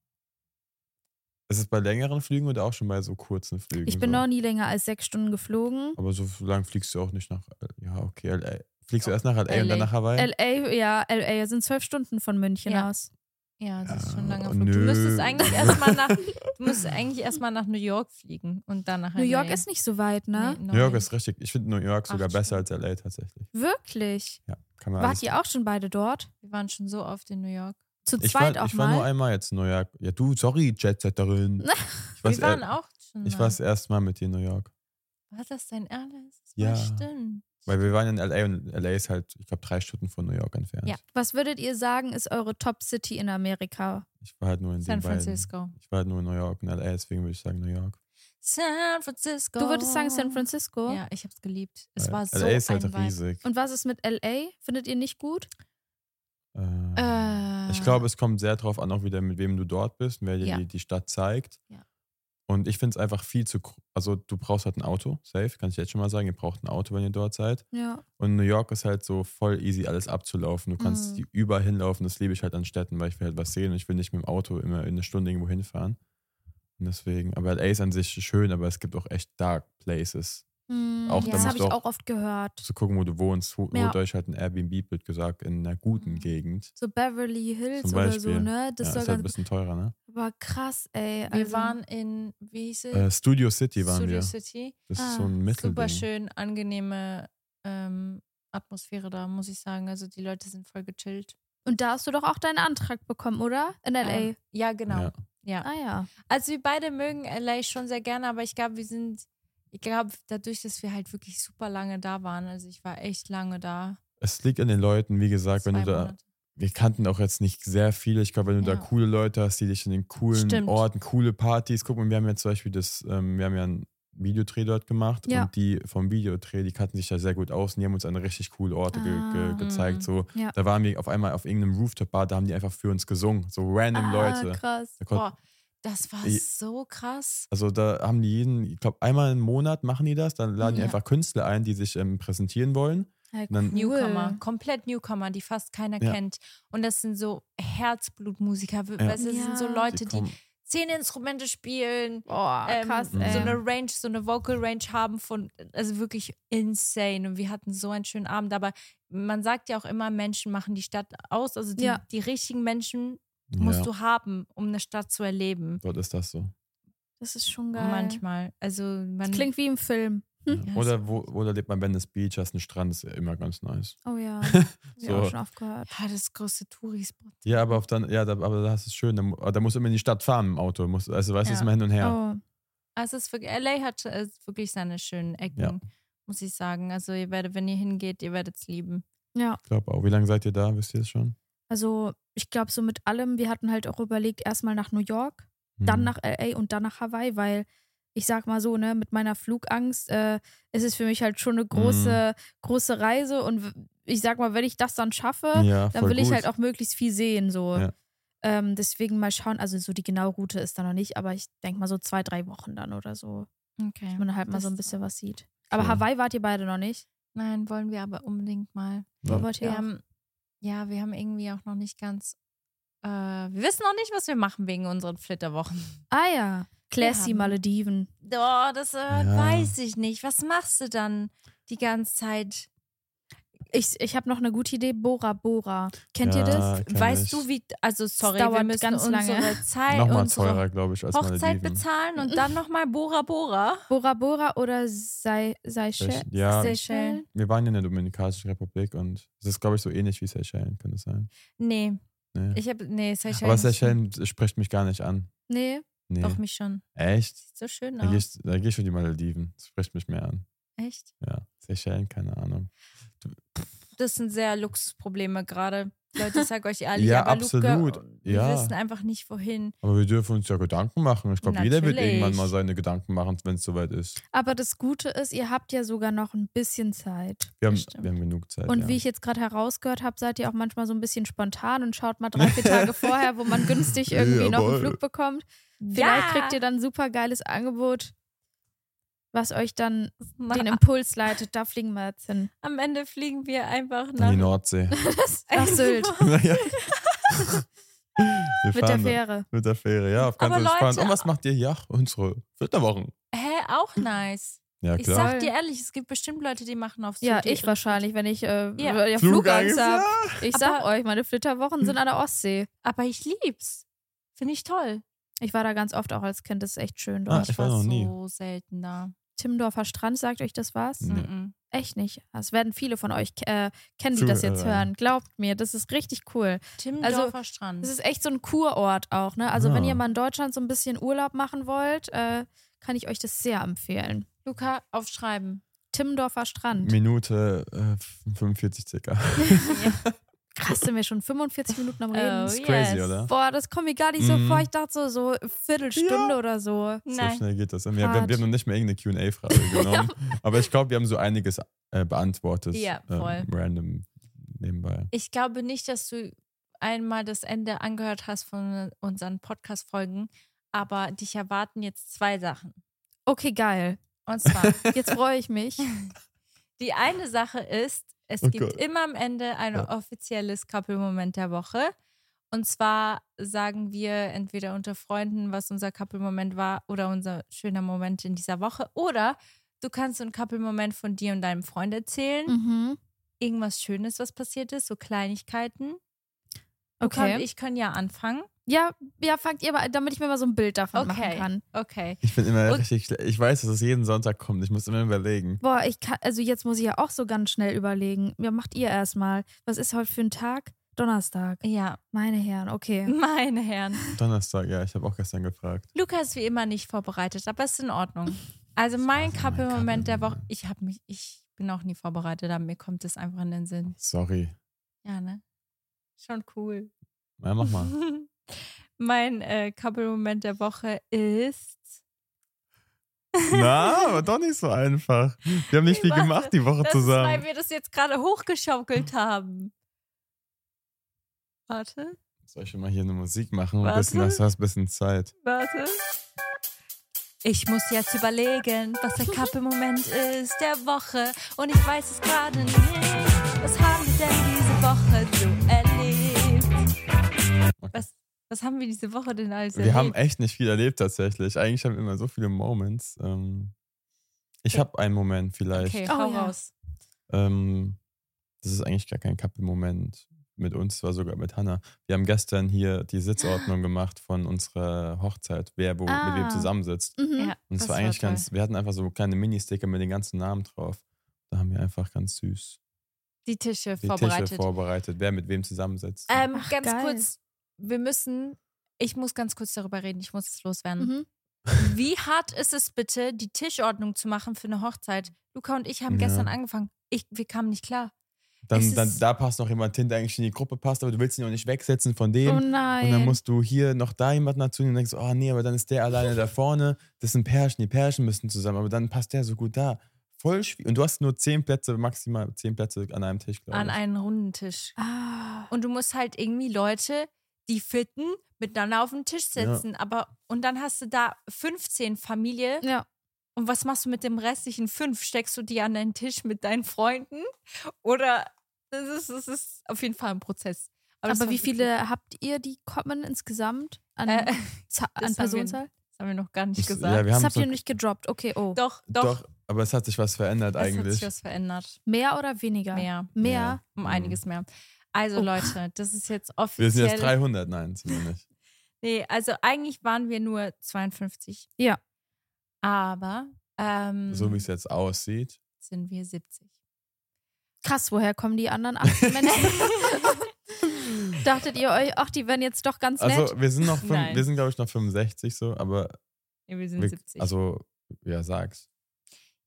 [SPEAKER 2] ist es bei längeren Flügen oder auch schon bei so kurzen Flügen.
[SPEAKER 3] Ich bin
[SPEAKER 2] so.
[SPEAKER 3] noch nie länger als sechs Stunden geflogen.
[SPEAKER 2] Aber so lang fliegst du auch nicht nach. äh, Ja, okay, LA. Fliegst du erst nach LA und dann
[SPEAKER 1] LA.
[SPEAKER 2] nach Hawaii?
[SPEAKER 3] L.A., ja, L.A. sind zwölf Stunden von München
[SPEAKER 1] Ja.
[SPEAKER 3] aus.
[SPEAKER 1] Ja, das ist
[SPEAKER 2] Ja,
[SPEAKER 1] schon lange.
[SPEAKER 2] oh,
[SPEAKER 1] Flug. Du
[SPEAKER 2] nö.
[SPEAKER 1] müsstest eigentlich erstmal nach, du musst eigentlich erstmal nach New York fliegen und dann nach
[SPEAKER 3] New York
[SPEAKER 1] LA.
[SPEAKER 3] ist nicht so weit, ne?
[SPEAKER 1] Nee,
[SPEAKER 2] New York
[SPEAKER 1] nein.
[SPEAKER 2] ist richtig. Ich finde New York sogar
[SPEAKER 1] Acht
[SPEAKER 2] besser als LA tatsächlich.
[SPEAKER 3] Wirklich?
[SPEAKER 2] Ja, kann man
[SPEAKER 3] Wart
[SPEAKER 2] alles-
[SPEAKER 3] ihr auch schon beide dort?
[SPEAKER 1] Wir waren schon so oft in New York.
[SPEAKER 3] Zu
[SPEAKER 2] Ich
[SPEAKER 3] zweit
[SPEAKER 2] war,
[SPEAKER 3] auch
[SPEAKER 2] ich
[SPEAKER 3] mal?
[SPEAKER 2] war nur einmal jetzt in New York. Ja, du, sorry, Jetsetterin. Ich
[SPEAKER 1] Wir waren
[SPEAKER 2] er-
[SPEAKER 1] auch schon.
[SPEAKER 2] Ich
[SPEAKER 1] mal.
[SPEAKER 2] war das erste Mal mit dir in New York.
[SPEAKER 1] War das dein erstes? Ah,
[SPEAKER 2] Ja.
[SPEAKER 1] Stimmt.
[SPEAKER 2] Weil wir waren in LA und LA ist halt, ich glaube, drei Stunden von New York entfernt.
[SPEAKER 1] Ja.
[SPEAKER 3] Was würdet ihr sagen, ist eure Top City in Amerika?
[SPEAKER 2] Ich war halt nur in
[SPEAKER 1] San
[SPEAKER 2] den beiden-
[SPEAKER 1] Francisco.
[SPEAKER 2] Ich war halt nur in New York und LA, deswegen würde ich sagen New York.
[SPEAKER 1] San Francisco.
[SPEAKER 3] Du würdest sagen San Francisco?
[SPEAKER 1] Ja, ich hab's geliebt. Es
[SPEAKER 2] Weil
[SPEAKER 1] war so
[SPEAKER 2] LA ist halt
[SPEAKER 1] ein Vibe.
[SPEAKER 2] riesig.
[SPEAKER 3] Und was ist mit LA? Findet ihr nicht gut?
[SPEAKER 2] Ähm,
[SPEAKER 1] Äh,
[SPEAKER 2] ich glaube, es kommt sehr drauf an, auch wieder mit wem du dort bist und wer dir
[SPEAKER 1] Ja.
[SPEAKER 2] die, die Stadt zeigt.
[SPEAKER 1] Ja.
[SPEAKER 2] Und ich finde es einfach viel zu, gro- also du brauchst halt ein Auto, safe, kann ich jetzt schon mal sagen, ihr braucht ein Auto, wenn ihr dort seid.
[SPEAKER 3] Ja.
[SPEAKER 2] Und New York ist halt so voll easy, alles abzulaufen. Du kannst
[SPEAKER 3] Mhm.
[SPEAKER 2] die überall hinlaufen. Das liebe ich halt an Städten, weil ich will halt was sehen und ich will nicht mit dem Auto immer in eine Stunde irgendwo hinfahren. Und deswegen, aber LA ist an sich schön, aber es gibt auch echt dark places.
[SPEAKER 1] da
[SPEAKER 2] Auch,
[SPEAKER 3] Hm, das
[SPEAKER 1] musst
[SPEAKER 3] habe ich
[SPEAKER 2] du auch-
[SPEAKER 3] auch oft gehört.
[SPEAKER 2] Zu gucken, wo du wohnst, ho- holt
[SPEAKER 3] Ja.
[SPEAKER 2] euch halt ein Airbnb, wird gesagt, in einer guten
[SPEAKER 1] Mhm.
[SPEAKER 2] Gegend.
[SPEAKER 3] So Beverly Hills
[SPEAKER 2] Zum
[SPEAKER 3] oder
[SPEAKER 2] Beispiel.
[SPEAKER 3] so, ne?
[SPEAKER 2] Das
[SPEAKER 3] Das
[SPEAKER 2] ja,
[SPEAKER 3] soll
[SPEAKER 2] ist halt ein
[SPEAKER 3] ganz,
[SPEAKER 2] bisschen teurer, ne?
[SPEAKER 3] war krass, ey.
[SPEAKER 1] Wir
[SPEAKER 3] also-
[SPEAKER 1] waren in, wie hieß es?
[SPEAKER 2] Äh, Studio City waren
[SPEAKER 1] Studio
[SPEAKER 2] wir.
[SPEAKER 1] City.
[SPEAKER 2] Das
[SPEAKER 3] Ah,
[SPEAKER 2] ist so ein Mittelding.
[SPEAKER 1] Super schön, angenehme ähm, Atmosphäre da, muss ich sagen. Also die Leute sind voll gechillt.
[SPEAKER 3] Und da hast du doch auch deinen Antrag bekommen, oder? In LA.
[SPEAKER 1] Ähm, ja, genau.
[SPEAKER 2] Ja.
[SPEAKER 1] Ja.
[SPEAKER 3] Ah ja.
[SPEAKER 1] Also wir beide mögen LA schon sehr gerne, aber ich glaube, wir sind, ich glaube, dadurch, dass wir halt wirklich super lange da waren, also ich war echt lange da.
[SPEAKER 2] Es liegt an den Leuten, wie gesagt, wenn
[SPEAKER 1] zwei
[SPEAKER 2] du da,
[SPEAKER 1] Monate.
[SPEAKER 2] wir kannten auch jetzt nicht sehr viele. Ich glaube, wenn du
[SPEAKER 1] Ja.
[SPEAKER 2] da coole Leute hast, die dich in den coolen
[SPEAKER 1] Stimmt.
[SPEAKER 2] Orten, coole Partys, guck mal, wir haben ja zum Beispiel das, ähm, wir haben ja einen Videodreh dort gemacht
[SPEAKER 3] Ja.
[SPEAKER 2] und die vom Videodreh, die kannten sich da sehr gut aus und die haben uns an richtig coole Orte ge
[SPEAKER 3] Ah.
[SPEAKER 2] ge gezeigt.
[SPEAKER 1] Mhm.
[SPEAKER 2] So,
[SPEAKER 3] Ja.
[SPEAKER 2] da waren wir auf einmal auf irgendeinem Rooftop-Bar, da haben die einfach für uns gesungen, so random
[SPEAKER 3] Ah,
[SPEAKER 2] Leute.
[SPEAKER 3] krass.
[SPEAKER 2] Da konnt,
[SPEAKER 1] Boah, das war
[SPEAKER 2] Ich-
[SPEAKER 1] so krass.
[SPEAKER 2] also da haben die jeden, ich glaube, einmal im Monat machen die das, dann laden die
[SPEAKER 1] Ja.
[SPEAKER 2] einfach Künstler ein, die sich ähm, präsentieren wollen.
[SPEAKER 3] Ja,
[SPEAKER 2] dann-
[SPEAKER 3] cool.
[SPEAKER 1] Newcomer, komplett Newcomer, die fast keiner
[SPEAKER 2] Ja.
[SPEAKER 1] kennt. Und das sind so Herzblutmusiker. we-
[SPEAKER 2] Ja.
[SPEAKER 1] Weißt, du, das sind so
[SPEAKER 3] Ja.
[SPEAKER 1] Leute, die
[SPEAKER 2] kommen-
[SPEAKER 1] zehn Instrumente spielen,
[SPEAKER 3] Boah,
[SPEAKER 1] ähm,
[SPEAKER 3] Ah, krass,
[SPEAKER 1] so
[SPEAKER 3] ey.
[SPEAKER 1] eine Range, so eine Vocal Range haben von, also wirklich insane. Und wir hatten so einen schönen Abend. Aber man sagt ja auch immer, Menschen machen die Stadt aus. Also die,
[SPEAKER 3] Ja.
[SPEAKER 1] die richtigen Menschen musst
[SPEAKER 2] ja,
[SPEAKER 1] du haben, um eine Stadt zu erleben.
[SPEAKER 2] dort ist das so.
[SPEAKER 3] das ist schon geil.
[SPEAKER 1] Manchmal. Also man
[SPEAKER 3] Das klingt wie im Film.
[SPEAKER 1] Ja,
[SPEAKER 2] Oder, wo, oder lebt man Venice Beach, hast einen Strand, ist ja immer ganz nice.
[SPEAKER 3] Oh ja. Ich
[SPEAKER 2] So.
[SPEAKER 3] auch schon oft gehört.
[SPEAKER 1] ja, das größte Tourispot.
[SPEAKER 2] Ja, aber auf dann, ja, da, aber da ist es schön. Da, mu- ah, da musst du immer in die Stadt fahren im Auto. Musst, also weißt du, es ist
[SPEAKER 1] Ja.
[SPEAKER 2] immer hin und her.
[SPEAKER 3] Oh.
[SPEAKER 1] Also es ist wirklich, LA hat äh, wirklich seine schönen Ecken, muss ich sagen. Also ihr werdet, wenn ihr hingeht, ihr werdet es lieben.
[SPEAKER 2] Ich glaube auch. Wie lange seid ihr da? Wisst ihr es schon?
[SPEAKER 3] Also ich glaube, so mit allem, wir hatten halt auch überlegt, erstmal nach New York, dann
[SPEAKER 2] Hm.
[SPEAKER 3] nach LA und dann nach Hawaii, weil ich sag mal so, ne, mit meiner Flugangst äh, ist es für mich halt
[SPEAKER 2] Mhm.
[SPEAKER 3] schon eine große, große Reise und w- ich sag mal, wenn ich das dann schaffe,
[SPEAKER 2] ja,
[SPEAKER 3] dann
[SPEAKER 2] voll
[SPEAKER 3] will ich
[SPEAKER 2] gut.
[SPEAKER 3] halt auch möglichst viel sehen, so.
[SPEAKER 2] Ja.
[SPEAKER 3] Ähm, deswegen mal schauen, also so die genaue Route ist da noch nicht, aber ich denke mal so zwei, drei Wochen dann oder so,
[SPEAKER 1] Okay.
[SPEAKER 3] wenn man halt mal
[SPEAKER 1] Das-
[SPEAKER 3] so ein bisschen was sieht. Aber
[SPEAKER 2] Cool.
[SPEAKER 3] Hawaii wart ihr beide noch nicht?
[SPEAKER 1] Nein, wollen wir aber unbedingt mal.
[SPEAKER 3] Wo
[SPEAKER 2] Ja.
[SPEAKER 3] wart ihr
[SPEAKER 1] Wir
[SPEAKER 3] auch?
[SPEAKER 1] haben Ja, wir haben irgendwie auch noch nicht ganz. Äh, wir wissen noch nicht, was wir machen wegen unseren Flitterwochen.
[SPEAKER 3] Ah ja. Classy
[SPEAKER 1] haben-
[SPEAKER 3] Malediven.
[SPEAKER 1] Oh, das äh,
[SPEAKER 2] Ja.
[SPEAKER 1] weiß ich nicht. Was machst du dann die ganze Zeit?
[SPEAKER 3] Ich, ich habe noch eine gute Idee. Bora Bora. Kennt ihr
[SPEAKER 2] Ja,
[SPEAKER 3] das?
[SPEAKER 2] kenn
[SPEAKER 1] weißt
[SPEAKER 2] ich.
[SPEAKER 1] du, wie. Also, sorry, wir
[SPEAKER 3] dauert
[SPEAKER 1] müssen
[SPEAKER 3] ganz lange.
[SPEAKER 1] unsere Zeit,
[SPEAKER 2] Nochmal
[SPEAKER 1] unsere
[SPEAKER 2] teurer, glaube ich, als
[SPEAKER 1] Hochzeit
[SPEAKER 2] Malediven.
[SPEAKER 1] bezahlen und dann nochmal Bora Bora.
[SPEAKER 3] Bora Bora oder Sei, Seychelles?
[SPEAKER 2] Seychellen. Ja,
[SPEAKER 1] Seychellen.
[SPEAKER 2] wir waren ja in der Dominikanischen Republik und es ist, glaube ich, so ähnlich wie Seychellen, kann es sein.
[SPEAKER 1] Nee.
[SPEAKER 2] Nee.
[SPEAKER 1] Ich habe. Nee, Seychellen.
[SPEAKER 2] Aber
[SPEAKER 1] ist-
[SPEAKER 2] Seychellen spricht mich gar nicht an.
[SPEAKER 3] Nee.
[SPEAKER 2] Nee.
[SPEAKER 1] Doch, mich schon.
[SPEAKER 2] Echt?
[SPEAKER 1] Sieht so schön
[SPEAKER 3] Genau.
[SPEAKER 2] Da gehe
[SPEAKER 1] aus.
[SPEAKER 2] ich, da geh ich für die Malediven. Das spricht mich mehr an.
[SPEAKER 1] Echt?
[SPEAKER 2] Ja. Seychellen, keine Ahnung.
[SPEAKER 1] das sind sehr Luxusprobleme gerade. Leute, ich sag euch ehrlich,
[SPEAKER 2] Ja,
[SPEAKER 1] aber Luca,
[SPEAKER 2] absolut.
[SPEAKER 1] wir
[SPEAKER 2] Ja.
[SPEAKER 1] wissen einfach nicht wohin.
[SPEAKER 2] Aber wir dürfen uns ja Gedanken machen. Ich glaube, jeder wird
[SPEAKER 1] Natürlich.
[SPEAKER 2] irgendwann mal seine Gedanken machen, wenn es soweit ist.
[SPEAKER 3] Aber das Gute ist, ihr habt ja sogar noch ein bisschen Zeit.
[SPEAKER 2] Wir haben,
[SPEAKER 1] Das stimmt.
[SPEAKER 2] wir haben genug Zeit.
[SPEAKER 3] Und
[SPEAKER 2] ja.
[SPEAKER 3] wie ich jetzt gerade herausgehört habe, seid ihr auch manchmal so ein bisschen spontan und schaut mal drei, vier Tage vorher, wo man günstig irgendwie noch einen
[SPEAKER 2] Jawohl.
[SPEAKER 3] Flug bekommt. Vielleicht
[SPEAKER 1] Ja,
[SPEAKER 3] kriegt ihr dann ein super geiles Angebot, was euch dann
[SPEAKER 1] nach,
[SPEAKER 3] den Impuls leitet. Da fliegen wir jetzt hin.
[SPEAKER 1] am Ende fliegen wir einfach
[SPEAKER 2] An
[SPEAKER 1] nach,
[SPEAKER 2] die Nordsee.
[SPEAKER 3] Nach Sylt.
[SPEAKER 2] naja.
[SPEAKER 3] Mit der Fähre.
[SPEAKER 2] Mit der Fähre, ja, auf ganz
[SPEAKER 1] Aber
[SPEAKER 2] entspannt.
[SPEAKER 1] Leute-
[SPEAKER 2] Und was macht ihr? Ja, unsere Flitterwochen.
[SPEAKER 1] Hä, auch nice.
[SPEAKER 2] Ja,
[SPEAKER 1] Ich
[SPEAKER 2] klar.
[SPEAKER 1] sag dir ehrlich, es gibt bestimmt Leute, die machen auf
[SPEAKER 3] Ja,
[SPEAKER 1] Sylt
[SPEAKER 3] ich
[SPEAKER 1] ihre-
[SPEAKER 3] wahrscheinlich, wenn ich äh,
[SPEAKER 1] Ja.
[SPEAKER 3] ja. Flugangst habe.
[SPEAKER 2] ja.
[SPEAKER 3] Ich sag euch, meine Flitterwochen
[SPEAKER 2] Hm.
[SPEAKER 3] sind an der Ostsee.
[SPEAKER 1] Aber ich lieb's. Finde ich toll.
[SPEAKER 3] Ich war da ganz oft auch als Kind, das ist echt schön
[SPEAKER 2] Ah,
[SPEAKER 3] dort.
[SPEAKER 2] ich war noch nie.
[SPEAKER 1] so selten da.
[SPEAKER 3] Timmendorfer Strand, sagt euch das was?
[SPEAKER 2] Nee.
[SPEAKER 1] Mhm.
[SPEAKER 3] Echt nicht. Es werden viele von euch äh, kennen, die das jetzt
[SPEAKER 2] Zuhörer.
[SPEAKER 3] hören. Glaubt mir, das ist richtig cool.
[SPEAKER 1] Timmendorfer Strand.
[SPEAKER 3] Das ist echt so ein Kurort auch, ne? Also wenn
[SPEAKER 2] Ah.
[SPEAKER 3] ihr mal in Deutschland so ein bisschen Urlaub machen wollt, äh, kann ich euch das sehr empfehlen.
[SPEAKER 1] Luca, aufschreiben.
[SPEAKER 3] Timmendorfer Strand.
[SPEAKER 2] Minute äh, 45 circa.
[SPEAKER 3] Krass, sind wir schon 45 Minuten am
[SPEAKER 1] Oh,
[SPEAKER 3] Reden.
[SPEAKER 2] ist crazy, oder?
[SPEAKER 3] Boah, das kommt mir gar nicht so
[SPEAKER 2] Mhm.
[SPEAKER 3] vor. Ich dachte so, so Viertelstunde oder so.
[SPEAKER 2] So
[SPEAKER 1] Nein.
[SPEAKER 2] schnell geht das. Und Wir, wir,
[SPEAKER 3] Hart.
[SPEAKER 2] wir haben noch nicht mehr irgendeine QA-Frage genommen. Aber ich glaube, wir haben so einiges äh, beantwortet.
[SPEAKER 1] Ja,
[SPEAKER 2] ähm,
[SPEAKER 1] voll.
[SPEAKER 2] random nebenbei.
[SPEAKER 1] Ich glaube nicht, dass du einmal das Ende angehört hast von unseren Podcast-Folgen, aber dich erwarten jetzt zwei Sachen.
[SPEAKER 3] Okay, geil.
[SPEAKER 1] Und zwar,
[SPEAKER 3] Jetzt freue ich mich.
[SPEAKER 1] die eine Sache ist, es
[SPEAKER 2] Oh
[SPEAKER 1] gibt
[SPEAKER 2] Gott.
[SPEAKER 1] immer am Ende ein
[SPEAKER 2] Ja.
[SPEAKER 1] offizielles Couple-Moment der Woche. Und zwar sagen wir entweder unter Freunden, was unser Couple-Moment war oder unser schöner Moment in dieser Woche. Oder du kannst so einen Couple-Moment von dir und deinem Freund erzählen.
[SPEAKER 3] Mhm.
[SPEAKER 1] Irgendwas Schönes, was passiert ist, so Kleinigkeiten. Du kann-
[SPEAKER 3] Okay.
[SPEAKER 1] Ich kann ja anfangen.
[SPEAKER 3] Ja, ja, fangt ihr mal, damit ich mir mal so ein Bild davon machen
[SPEAKER 1] Okay.
[SPEAKER 3] kann.
[SPEAKER 1] Okay.
[SPEAKER 2] Ich bin immer
[SPEAKER 1] Und-
[SPEAKER 2] richtig schle- Ich weiß, dass es jeden Sonntag kommt. Ich muss immer überlegen.
[SPEAKER 3] Boah, ich kann, also jetzt muss ich ja auch so ganz schnell überlegen. Ja, macht ihr erstmal. Was ist heute für ein Tag? Donnerstag.
[SPEAKER 1] Ja, Mhm.
[SPEAKER 3] Meine Herren, okay.
[SPEAKER 1] meine Herren.
[SPEAKER 2] Donnerstag, ja, ich habe auch gestern gefragt.
[SPEAKER 1] Luca ist wie immer nicht vorbereitet, aber ist in Ordnung. Also mein
[SPEAKER 2] war so mein
[SPEAKER 1] Couple-Moment der Woche,
[SPEAKER 2] Couple-Moment.
[SPEAKER 1] ich habe mich, ich bin auch nie vorbereitet, aber mir kommt es einfach in den Sinn.
[SPEAKER 2] Sorry.
[SPEAKER 1] Ja, ne? Schon cool.
[SPEAKER 2] Ja, mach mal.
[SPEAKER 1] mein äh, Couple-Moment der Woche ist.
[SPEAKER 2] Na, war doch nicht so einfach. Wir haben nicht viel
[SPEAKER 1] Warte,
[SPEAKER 2] gemacht die Woche
[SPEAKER 1] Das ist, weil
[SPEAKER 2] zusammen.
[SPEAKER 1] wir das jetzt gerade hochgeschaukelt haben. Warte,
[SPEAKER 2] Soll ich schon mal hier eine Musik machen? Und
[SPEAKER 1] Warte.
[SPEAKER 2] ein bisschen, hast du hast ein bisschen Zeit.
[SPEAKER 1] warte. Ich muss jetzt überlegen, was der Couple-Moment ist der Woche. Und ich weiß es gerade nicht. Was haben wir denn diese Woche so erlebt?
[SPEAKER 2] Okay.
[SPEAKER 1] Was, was haben wir diese Woche denn alles
[SPEAKER 2] Wir
[SPEAKER 1] erlebt?
[SPEAKER 2] haben echt nicht viel erlebt tatsächlich. Eigentlich haben wir immer so viele Moments. Ähm, ich habe einen Moment vielleicht.
[SPEAKER 1] okay,
[SPEAKER 3] Oh,
[SPEAKER 1] hau
[SPEAKER 3] ja.
[SPEAKER 1] raus.
[SPEAKER 2] Ähm, das ist eigentlich gar kein Couple-Moment mit uns, war sogar mit Hannah. Wir haben gestern hier die Sitzordnung gemacht von unserer Hochzeit, wer wo mit
[SPEAKER 3] Ah.
[SPEAKER 2] wem zusammensitzt.
[SPEAKER 3] Mhm.
[SPEAKER 1] Ja,
[SPEAKER 2] Und es
[SPEAKER 1] das
[SPEAKER 2] war eigentlich
[SPEAKER 1] toll.
[SPEAKER 2] ganz, wir hatten einfach so kleine Mini-Sticker mit den ganzen Namen drauf. Da haben wir einfach ganz süß
[SPEAKER 1] Die Tische
[SPEAKER 2] die
[SPEAKER 1] vorbereitet.
[SPEAKER 2] Tische vorbereitet, wer mit wem zusammensitzt.
[SPEAKER 1] Ähm,
[SPEAKER 3] Ach,
[SPEAKER 1] ganz
[SPEAKER 3] geil.
[SPEAKER 1] kurz, wir müssen, ich muss ganz kurz darüber reden, ich muss es loswerden.
[SPEAKER 3] Mhm.
[SPEAKER 1] Wie hart ist es bitte, die Tischordnung zu machen für eine Hochzeit? Luca und ich haben
[SPEAKER 2] Ja.
[SPEAKER 1] gestern angefangen. Ich, wir kamen nicht klar. es
[SPEAKER 2] dann, dann,
[SPEAKER 1] ist-
[SPEAKER 2] da passt noch jemand hin, der eigentlich in die Gruppe passt, aber du willst ihn auch nicht wegsetzen von dem.
[SPEAKER 3] Oh nein.
[SPEAKER 1] Ah,
[SPEAKER 2] Und dann musst du hier noch da jemanden dazu nehmen und denkst, oh nee, aber dann ist der alleine da vorne. Das sind Pärchen, die Pärchen müssen zusammen, aber dann passt der so gut da. Voll schwierig. Und du hast nur zehn Plätze, maximal zehn Plätze an einem Tisch, glaube ich.
[SPEAKER 1] An einen runden Tisch.
[SPEAKER 3] ah.
[SPEAKER 1] Und du musst halt irgendwie Leute, die fitten, miteinander auf den Tisch
[SPEAKER 2] Ja.
[SPEAKER 1] setzen. Aber, und dann hast du da 15 Familie.
[SPEAKER 3] Ja.
[SPEAKER 1] Und was machst du mit dem restlichen fünf? Steckst du die an deinen Tisch mit deinen Freunden? Oder Das ist, das ist auf jeden Fall ein Prozess. das
[SPEAKER 3] Aber
[SPEAKER 1] war
[SPEAKER 3] wie
[SPEAKER 1] wirklich-
[SPEAKER 3] viele habt ihr, die kommen insgesamt an,
[SPEAKER 1] Äh,
[SPEAKER 3] Za-
[SPEAKER 1] haben
[SPEAKER 3] an
[SPEAKER 1] wir
[SPEAKER 3] Personenzahl?
[SPEAKER 1] das haben wir noch gar nicht
[SPEAKER 2] Das-
[SPEAKER 1] gesagt.
[SPEAKER 2] ja, wir
[SPEAKER 3] das
[SPEAKER 2] haben
[SPEAKER 3] habt
[SPEAKER 2] so-
[SPEAKER 3] ihr nicht gedroppt. Okay, oh.
[SPEAKER 1] doch, doch,
[SPEAKER 2] Doch, aber es hat sich was verändert
[SPEAKER 1] es hat sich
[SPEAKER 2] eigentlich.
[SPEAKER 1] was verändert.
[SPEAKER 3] Mehr oder weniger?
[SPEAKER 1] Mehr,
[SPEAKER 3] Mehr?
[SPEAKER 1] um
[SPEAKER 2] Mhm.
[SPEAKER 1] einiges mehr. Also
[SPEAKER 3] Oh.
[SPEAKER 1] Leute, das ist jetzt offiziell.
[SPEAKER 2] Wir sind jetzt 300, nein, sind wir nicht.
[SPEAKER 1] Nee, also eigentlich waren wir nur 52.
[SPEAKER 3] Ja.
[SPEAKER 1] Aber ähm,
[SPEAKER 2] So wie es jetzt aussieht.
[SPEAKER 1] sind wir 70.
[SPEAKER 3] Krass, woher kommen die anderen acht Menschen? Dachtet ihr euch, ach, die werden jetzt doch ganz nett?
[SPEAKER 2] Also wir sind noch, fünf,
[SPEAKER 1] Nein.
[SPEAKER 2] wir sind glaube ich noch 65 so, aber
[SPEAKER 1] Nee, wir sind
[SPEAKER 2] wir,
[SPEAKER 1] 70.
[SPEAKER 2] also ja, sag's.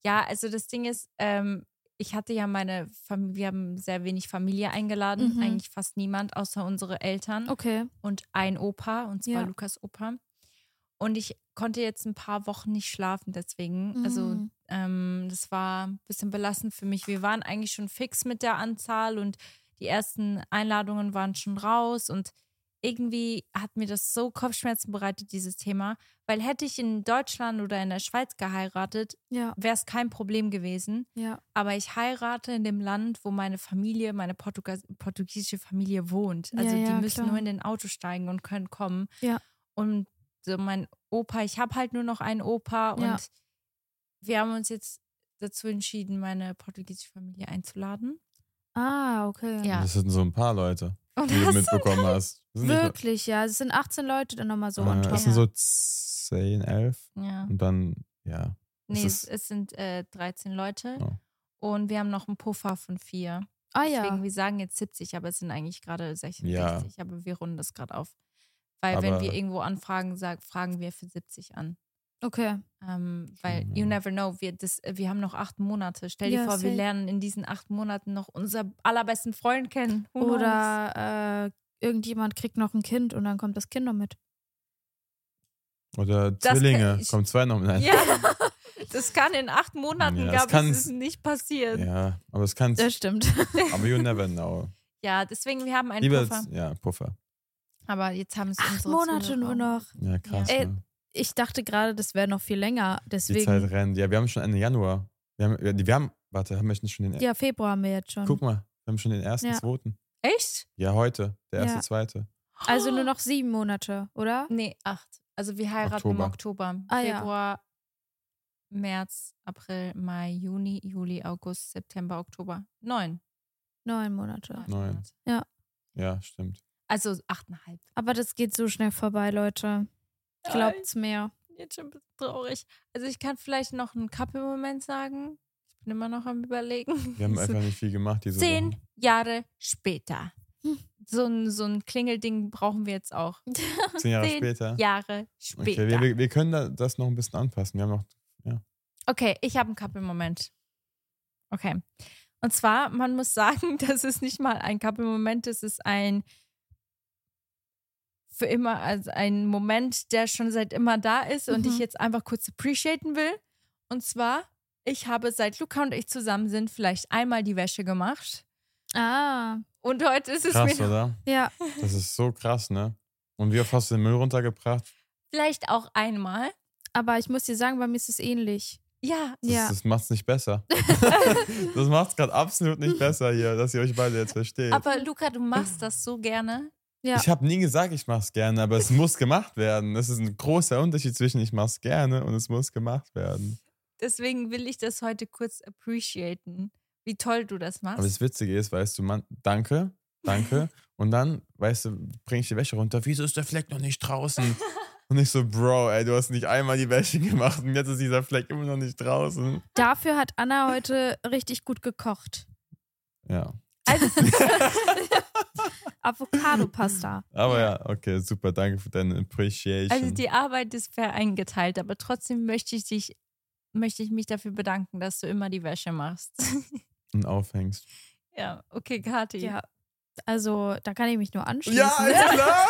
[SPEAKER 1] ja, also das Ding ist, ähm, ich hatte ja meine Familie, wir haben sehr wenig Familie eingeladen,
[SPEAKER 3] Mhm.
[SPEAKER 1] eigentlich fast niemand außer unsere Eltern
[SPEAKER 3] okay.
[SPEAKER 1] und ein Opa, und zwar
[SPEAKER 3] Ja.
[SPEAKER 1] Lukas Opa. Und ich konnte jetzt ein paar Wochen nicht schlafen, deswegen. Also
[SPEAKER 3] Mhm.
[SPEAKER 1] Ähm, das war ein bisschen belastend für mich. Wir waren eigentlich schon fix mit der Anzahl und die ersten Einladungen waren schon raus und irgendwie hat mir das so Kopfschmerzen bereitet, dieses Thema. Weil hätte ich in Deutschland oder in der Schweiz geheiratet,
[SPEAKER 3] Ja,
[SPEAKER 1] wäre es kein Problem gewesen.
[SPEAKER 3] ja.
[SPEAKER 1] Aber ich heirate in dem Land, wo meine Familie, meine Portugas portugiesische Familie wohnt. Also
[SPEAKER 3] Ja, ja,
[SPEAKER 1] die müssen
[SPEAKER 3] klar.
[SPEAKER 1] nur in den Auto steigen und können kommen.
[SPEAKER 3] Ja.
[SPEAKER 1] Und so mein Opa, ich habe halt nur noch einen Opa
[SPEAKER 3] Ja.
[SPEAKER 1] und wir haben uns jetzt dazu entschieden, meine portugiesische Familie einzuladen.
[SPEAKER 3] Ah, okay.
[SPEAKER 1] Ja. Oh,
[SPEAKER 2] Das sind so ein paar Leute,
[SPEAKER 1] Und
[SPEAKER 2] die du
[SPEAKER 1] das,
[SPEAKER 2] mitbekommen hast. Das sind nicht nur-
[SPEAKER 3] Wirklich, ja. Es sind 18 Leute dann nochmal so on
[SPEAKER 2] äh,
[SPEAKER 3] top.
[SPEAKER 2] es sind so 10, 11
[SPEAKER 1] ja.
[SPEAKER 2] und dann, ja.
[SPEAKER 1] Nee,
[SPEAKER 2] ist-
[SPEAKER 1] es, es sind äh, 13 Leute
[SPEAKER 2] Oh.
[SPEAKER 1] und wir haben noch einen Puffer von vier.
[SPEAKER 3] Ah
[SPEAKER 1] Deswegen,
[SPEAKER 3] ja.
[SPEAKER 1] wir sagen jetzt 70, aber es sind eigentlich gerade 60,
[SPEAKER 2] Ja.
[SPEAKER 1] aber wir runden das gerade auf. Weil wenn
[SPEAKER 2] Aber-
[SPEAKER 1] wir irgendwo anfragen, sag, fragen wir für 70 an.
[SPEAKER 3] Okay.
[SPEAKER 1] Ähm, weil
[SPEAKER 2] Genau.
[SPEAKER 1] you never know, wir, das, äh, wir haben noch acht Monate. Stell dir
[SPEAKER 3] Ja,
[SPEAKER 1] vor, wir
[SPEAKER 3] safe.
[SPEAKER 1] lernen in diesen acht Monaten noch unser allerbesten Freund kennen. Who knows?
[SPEAKER 3] Oder äh, irgendjemand kriegt noch ein Kind und dann kommt das Kind noch mit.
[SPEAKER 2] Oder
[SPEAKER 1] kann
[SPEAKER 2] Zwillinge,
[SPEAKER 1] ich-
[SPEAKER 2] kommen zwei noch mit.
[SPEAKER 1] ja, das kann in acht Monaten,
[SPEAKER 2] Ja, das
[SPEAKER 1] gab es,
[SPEAKER 2] kann's-
[SPEAKER 1] ist nicht passiert. Ja.
[SPEAKER 2] ja, aber es kann,
[SPEAKER 3] Das stimmt.
[SPEAKER 2] aber you never know.
[SPEAKER 1] deswegen, wir haben einen
[SPEAKER 2] Lieber,
[SPEAKER 1] Puffer.
[SPEAKER 2] ja, Puffer.
[SPEAKER 1] Aber jetzt haben es
[SPEAKER 3] Acht
[SPEAKER 1] unsere
[SPEAKER 3] Monate
[SPEAKER 1] Zuhörer.
[SPEAKER 3] nur noch.
[SPEAKER 2] Ja, krass.
[SPEAKER 1] Äh,
[SPEAKER 3] Ey,
[SPEAKER 2] ne?
[SPEAKER 3] Ich dachte gerade, das wäre noch viel länger.
[SPEAKER 2] Die Zeit
[SPEAKER 3] Deswegen.
[SPEAKER 2] rennt. Ja, wir haben schon Ende Januar. Wir haben, wir wir haben warte, haben wir schon den,
[SPEAKER 3] Ja, Februar haben wir jetzt schon.
[SPEAKER 2] guck mal, wir haben schon den ersten,
[SPEAKER 3] Ja.
[SPEAKER 2] zweiten.
[SPEAKER 1] Echt?
[SPEAKER 2] Ja, heute, der erste,
[SPEAKER 3] Ja.
[SPEAKER 2] zweite.
[SPEAKER 3] Also nur noch sieben Monate, oder?
[SPEAKER 1] Nee, acht. Also wir heiraten im Oktober.
[SPEAKER 3] Ah, ja.
[SPEAKER 1] Februar, März, April, Mai, Juni, Juli, August, September, Oktober. Neun.
[SPEAKER 3] Neun Monate.
[SPEAKER 2] Neun.
[SPEAKER 1] Monate.
[SPEAKER 2] Ja, stimmt.
[SPEAKER 1] Also achteinhalb.
[SPEAKER 3] Aber das geht so schnell vorbei, Leute. Glaubt's mir.
[SPEAKER 1] jetzt schon ein bisschen traurig. Also ich kann vielleicht noch einen Cup im Moment sagen. Ich bin immer noch am überlegen.
[SPEAKER 2] Wir haben
[SPEAKER 1] So
[SPEAKER 2] einfach nicht viel gemacht diese
[SPEAKER 1] Zehn
[SPEAKER 2] Woche.
[SPEAKER 1] Jahre später. So ein, so ein Klingelding brauchen wir jetzt auch.
[SPEAKER 2] Zehn Jahre
[SPEAKER 1] Zehn
[SPEAKER 2] später.
[SPEAKER 1] Jahre
[SPEAKER 2] okay,
[SPEAKER 1] später.
[SPEAKER 2] wir,
[SPEAKER 1] Okay,
[SPEAKER 2] wir, wir können da, das noch ein bisschen anpassen. Wir haben noch,
[SPEAKER 1] ich habe einen Cup im Moment. Okay. Und zwar, man muss sagen, das ist nicht mal ein Cup im Moment, das ist ein für immer, also ein Moment, der schon seit immer da ist und
[SPEAKER 3] Mhm.
[SPEAKER 1] ich jetzt einfach kurz appreciaten will. Und zwar, ich habe seit Luca und ich zusammen sind vielleicht einmal die Wäsche gemacht.
[SPEAKER 3] Ah.
[SPEAKER 1] Und heute ist es
[SPEAKER 2] krass,
[SPEAKER 1] mir
[SPEAKER 2] oder?
[SPEAKER 3] Ja.
[SPEAKER 2] Das ist so krass, ne? Und wie oft hast du den Müll runtergebracht?
[SPEAKER 1] vielleicht auch einmal.
[SPEAKER 3] Aber ich muss dir sagen, bei mir ist es ähnlich.
[SPEAKER 1] Ja,
[SPEAKER 2] Das,
[SPEAKER 3] Ja.
[SPEAKER 2] das macht's nicht besser. das macht's gerade absolut nicht besser hier, dass ihr euch beide jetzt versteht.
[SPEAKER 1] aber Luca, du machst das so gerne.
[SPEAKER 3] Ja.
[SPEAKER 2] Ich habe nie gesagt, ich mach's gerne, aber es muss gemacht werden. Das ist ein großer Unterschied zwischen ich mach's gerne und es muss gemacht werden.
[SPEAKER 1] Deswegen will ich das heute kurz appreciaten, wie toll du das machst.
[SPEAKER 2] Aber das Witzige ist, weißt du, man, danke, danke. Und dann, weißt du, bringe ich die Wäsche runter. Wieso ist der Fleck noch nicht draußen? Und ich so, Bro, ey, du hast nicht einmal die Wäsche gemacht und jetzt ist dieser Fleck immer noch nicht draußen.
[SPEAKER 3] Dafür hat Anna heute richtig gut gekocht.
[SPEAKER 2] Ja.
[SPEAKER 3] Also, Avocado-Pasta.
[SPEAKER 2] Aber ja, okay, super, danke für deine Appreciation.
[SPEAKER 1] Also die Arbeit ist fair eingeteilt, aber trotzdem möchte ich dich, möchte ich mich dafür bedanken, dass du immer die Wäsche machst.
[SPEAKER 2] und aufhängst.
[SPEAKER 1] ja, okay, Kathi.
[SPEAKER 3] Ja. Also, da kann ich mich nur anschließen.
[SPEAKER 2] Ja, ist klar!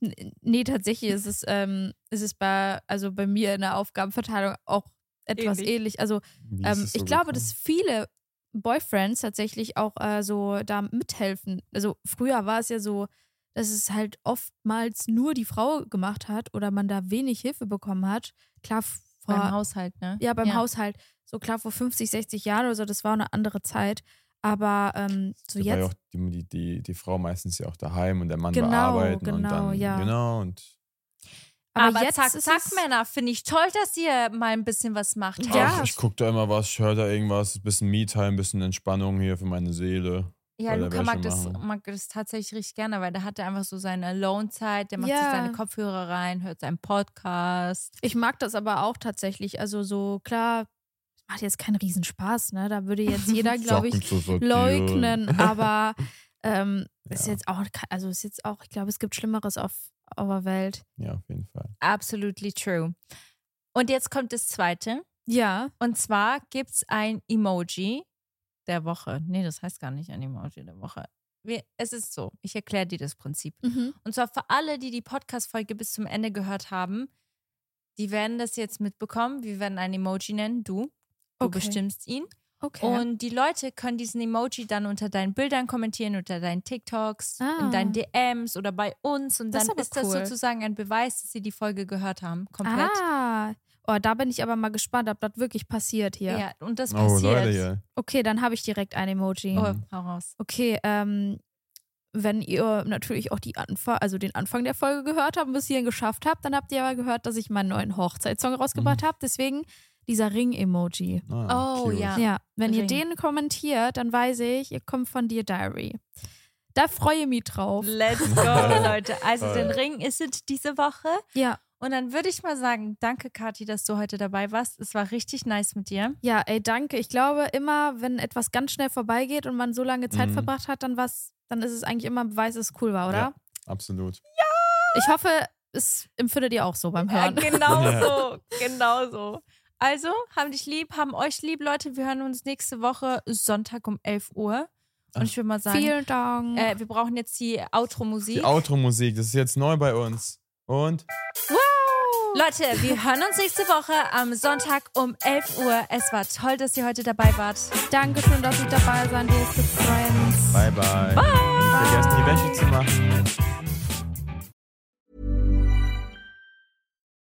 [SPEAKER 3] N- Nee, tatsächlich ist es, ähm, ist es bei, also bei mir in der Aufgabenverteilung auch etwas
[SPEAKER 1] Ähnlich.
[SPEAKER 3] ähnlich. Also,
[SPEAKER 2] Wie ist
[SPEAKER 3] ähm,
[SPEAKER 2] es so
[SPEAKER 3] ich glaube,
[SPEAKER 2] gekommen?
[SPEAKER 3] dass viele Boyfriends tatsächlich auch äh, so da mithelfen. Also, früher war es ja so, dass es halt oftmals nur die Frau gemacht hat oder man da wenig Hilfe bekommen hat. Klar, vor,
[SPEAKER 1] Beim Haushalt, ne?
[SPEAKER 3] ja, beim
[SPEAKER 1] Ja.
[SPEAKER 3] Haushalt. So klar, vor 50, 60 Jahren oder so, das war eine andere Zeit. Aber ähm, so
[SPEAKER 2] Da war ja
[SPEAKER 3] jetzt.
[SPEAKER 2] auch die, die, die, die Frau meistens ja auch daheim und der Mann war
[SPEAKER 3] Genau,
[SPEAKER 2] arbeiten und
[SPEAKER 3] genau,
[SPEAKER 2] dann
[SPEAKER 3] ja.
[SPEAKER 2] genau und
[SPEAKER 1] Aber,
[SPEAKER 3] jetzt
[SPEAKER 1] zack,
[SPEAKER 3] ist
[SPEAKER 1] zack,
[SPEAKER 3] es-
[SPEAKER 1] Männer, finde ich toll, dass ihr mal ein bisschen was macht.
[SPEAKER 3] Ja.
[SPEAKER 2] Ach, ich guck da immer was, hör da irgendwas, bisschen Me-Time, bisschen Entspannung hier für meine Seele.
[SPEAKER 1] Ja,
[SPEAKER 2] Bei der
[SPEAKER 1] Luca mag
[SPEAKER 2] Wäsche
[SPEAKER 1] das,
[SPEAKER 2] machen.
[SPEAKER 1] mag das tatsächlich richtig gerne, weil der hat da einfach so seine Alone-Zeit, der macht
[SPEAKER 3] Ja.
[SPEAKER 1] sich seine Kopfhörer rein, hört seinen Podcast.
[SPEAKER 3] Ich mag das aber auch tatsächlich. Also so klar, macht jetzt keinen Riesenspaß, ne? Da würde jetzt jeder, glaube ich,
[SPEAKER 2] Socken zu sortieren.
[SPEAKER 3] leugnen. Aber ähm, ist
[SPEAKER 2] Ja.
[SPEAKER 3] jetzt auch, ke- also ist jetzt auch, ich glaube, es gibt Schlimmeres auf, auf der Welt.
[SPEAKER 2] Ja, auf jeden Fall.
[SPEAKER 1] Absolutely true. Und jetzt kommt das zweite.
[SPEAKER 3] Ja.
[SPEAKER 1] Und zwar gibt es ein Emoji der Woche. Nee, das heißt gar nicht ein Emoji der Woche. Wir, es ist so, ich erkläre dir das Prinzip.
[SPEAKER 3] Mhm.
[SPEAKER 1] Und zwar für alle, die die Podcast-Folge bis zum Ende gehört haben, die werden das jetzt mitbekommen. Wir werden ein Emoji nennen, du. Du
[SPEAKER 3] Okay.
[SPEAKER 1] bestimmst ihn.
[SPEAKER 3] Okay.
[SPEAKER 1] Und die Leute können diesen Emoji dann unter deinen Bildern kommentieren, unter deinen TikToks,
[SPEAKER 3] Ah.
[SPEAKER 1] in deinen DMs oder bei uns. Und
[SPEAKER 3] Das
[SPEAKER 1] dann
[SPEAKER 3] ist
[SPEAKER 1] ist,
[SPEAKER 3] aber
[SPEAKER 1] das
[SPEAKER 3] cool.
[SPEAKER 1] sozusagen ein Beweis, dass sie die Folge gehört haben. Komplett.
[SPEAKER 3] ah. Oh, da bin ich aber mal gespannt, ob das wirklich passiert hier.
[SPEAKER 1] ja. und das
[SPEAKER 2] Oh,
[SPEAKER 1] passiert.
[SPEAKER 2] Leute, ja.
[SPEAKER 3] Okay, dann habe ich direkt ein Emoji.
[SPEAKER 1] Oh, hau raus.
[SPEAKER 3] Okay, ähm, wenn ihr natürlich auch die Anfa also den Anfang der Folge gehört habt und bis hierhin geschafft habt, dann habt ihr aber gehört, dass ich meinen neuen Hochzeitssong rausgebracht habe. Deswegen dieser Ring-Emoji.
[SPEAKER 2] Ah,
[SPEAKER 1] Oh,
[SPEAKER 2] cute.
[SPEAKER 1] ja.
[SPEAKER 3] Ja, wenn ihr
[SPEAKER 1] Ring.
[SPEAKER 3] den kommentiert, dann weiß ich, ihr kommt von Dear Diary. Da freue ich mich drauf.
[SPEAKER 1] Let's go, Leute. Also,
[SPEAKER 2] Voll.
[SPEAKER 1] den Ring ist es diese Woche.
[SPEAKER 3] Ja,
[SPEAKER 1] Und dann würde ich mal sagen, danke, Kathi, dass du heute dabei warst. Es war richtig nice mit dir.
[SPEAKER 3] ja, ey, danke. Ich glaube immer, wenn etwas ganz schnell vorbeigeht und man so lange Zeit
[SPEAKER 2] Mhm.
[SPEAKER 3] verbracht hat, dann was, dann ist es eigentlich immer ein Beweis, dass es cool war, oder?
[SPEAKER 2] Ja. Absolut.
[SPEAKER 3] Ich hoffe, es empfindet ihr auch so beim Hören.
[SPEAKER 1] Ja, genau
[SPEAKER 2] Ja.
[SPEAKER 1] so, genau so. Also, haben dich lieb, haben euch lieb, Leute. Wir hören uns nächste Woche Sonntag um 11 Uhr. Und ich würde mal sagen,
[SPEAKER 3] Vielen Dank.
[SPEAKER 1] äh, wir brauchen jetzt die Outro-Musik.
[SPEAKER 2] Die Outro-Musik, das ist jetzt neu bei uns. Und
[SPEAKER 1] Leute, wir hören uns nächste Woche am Sonntag um 11 Uhr. Es war toll, dass ihr heute dabei wart.
[SPEAKER 3] Dankeschön, dass ich dabei sein durfte, Friends.
[SPEAKER 2] bye bye. Nicht vergessen, die Wäsche zu machen.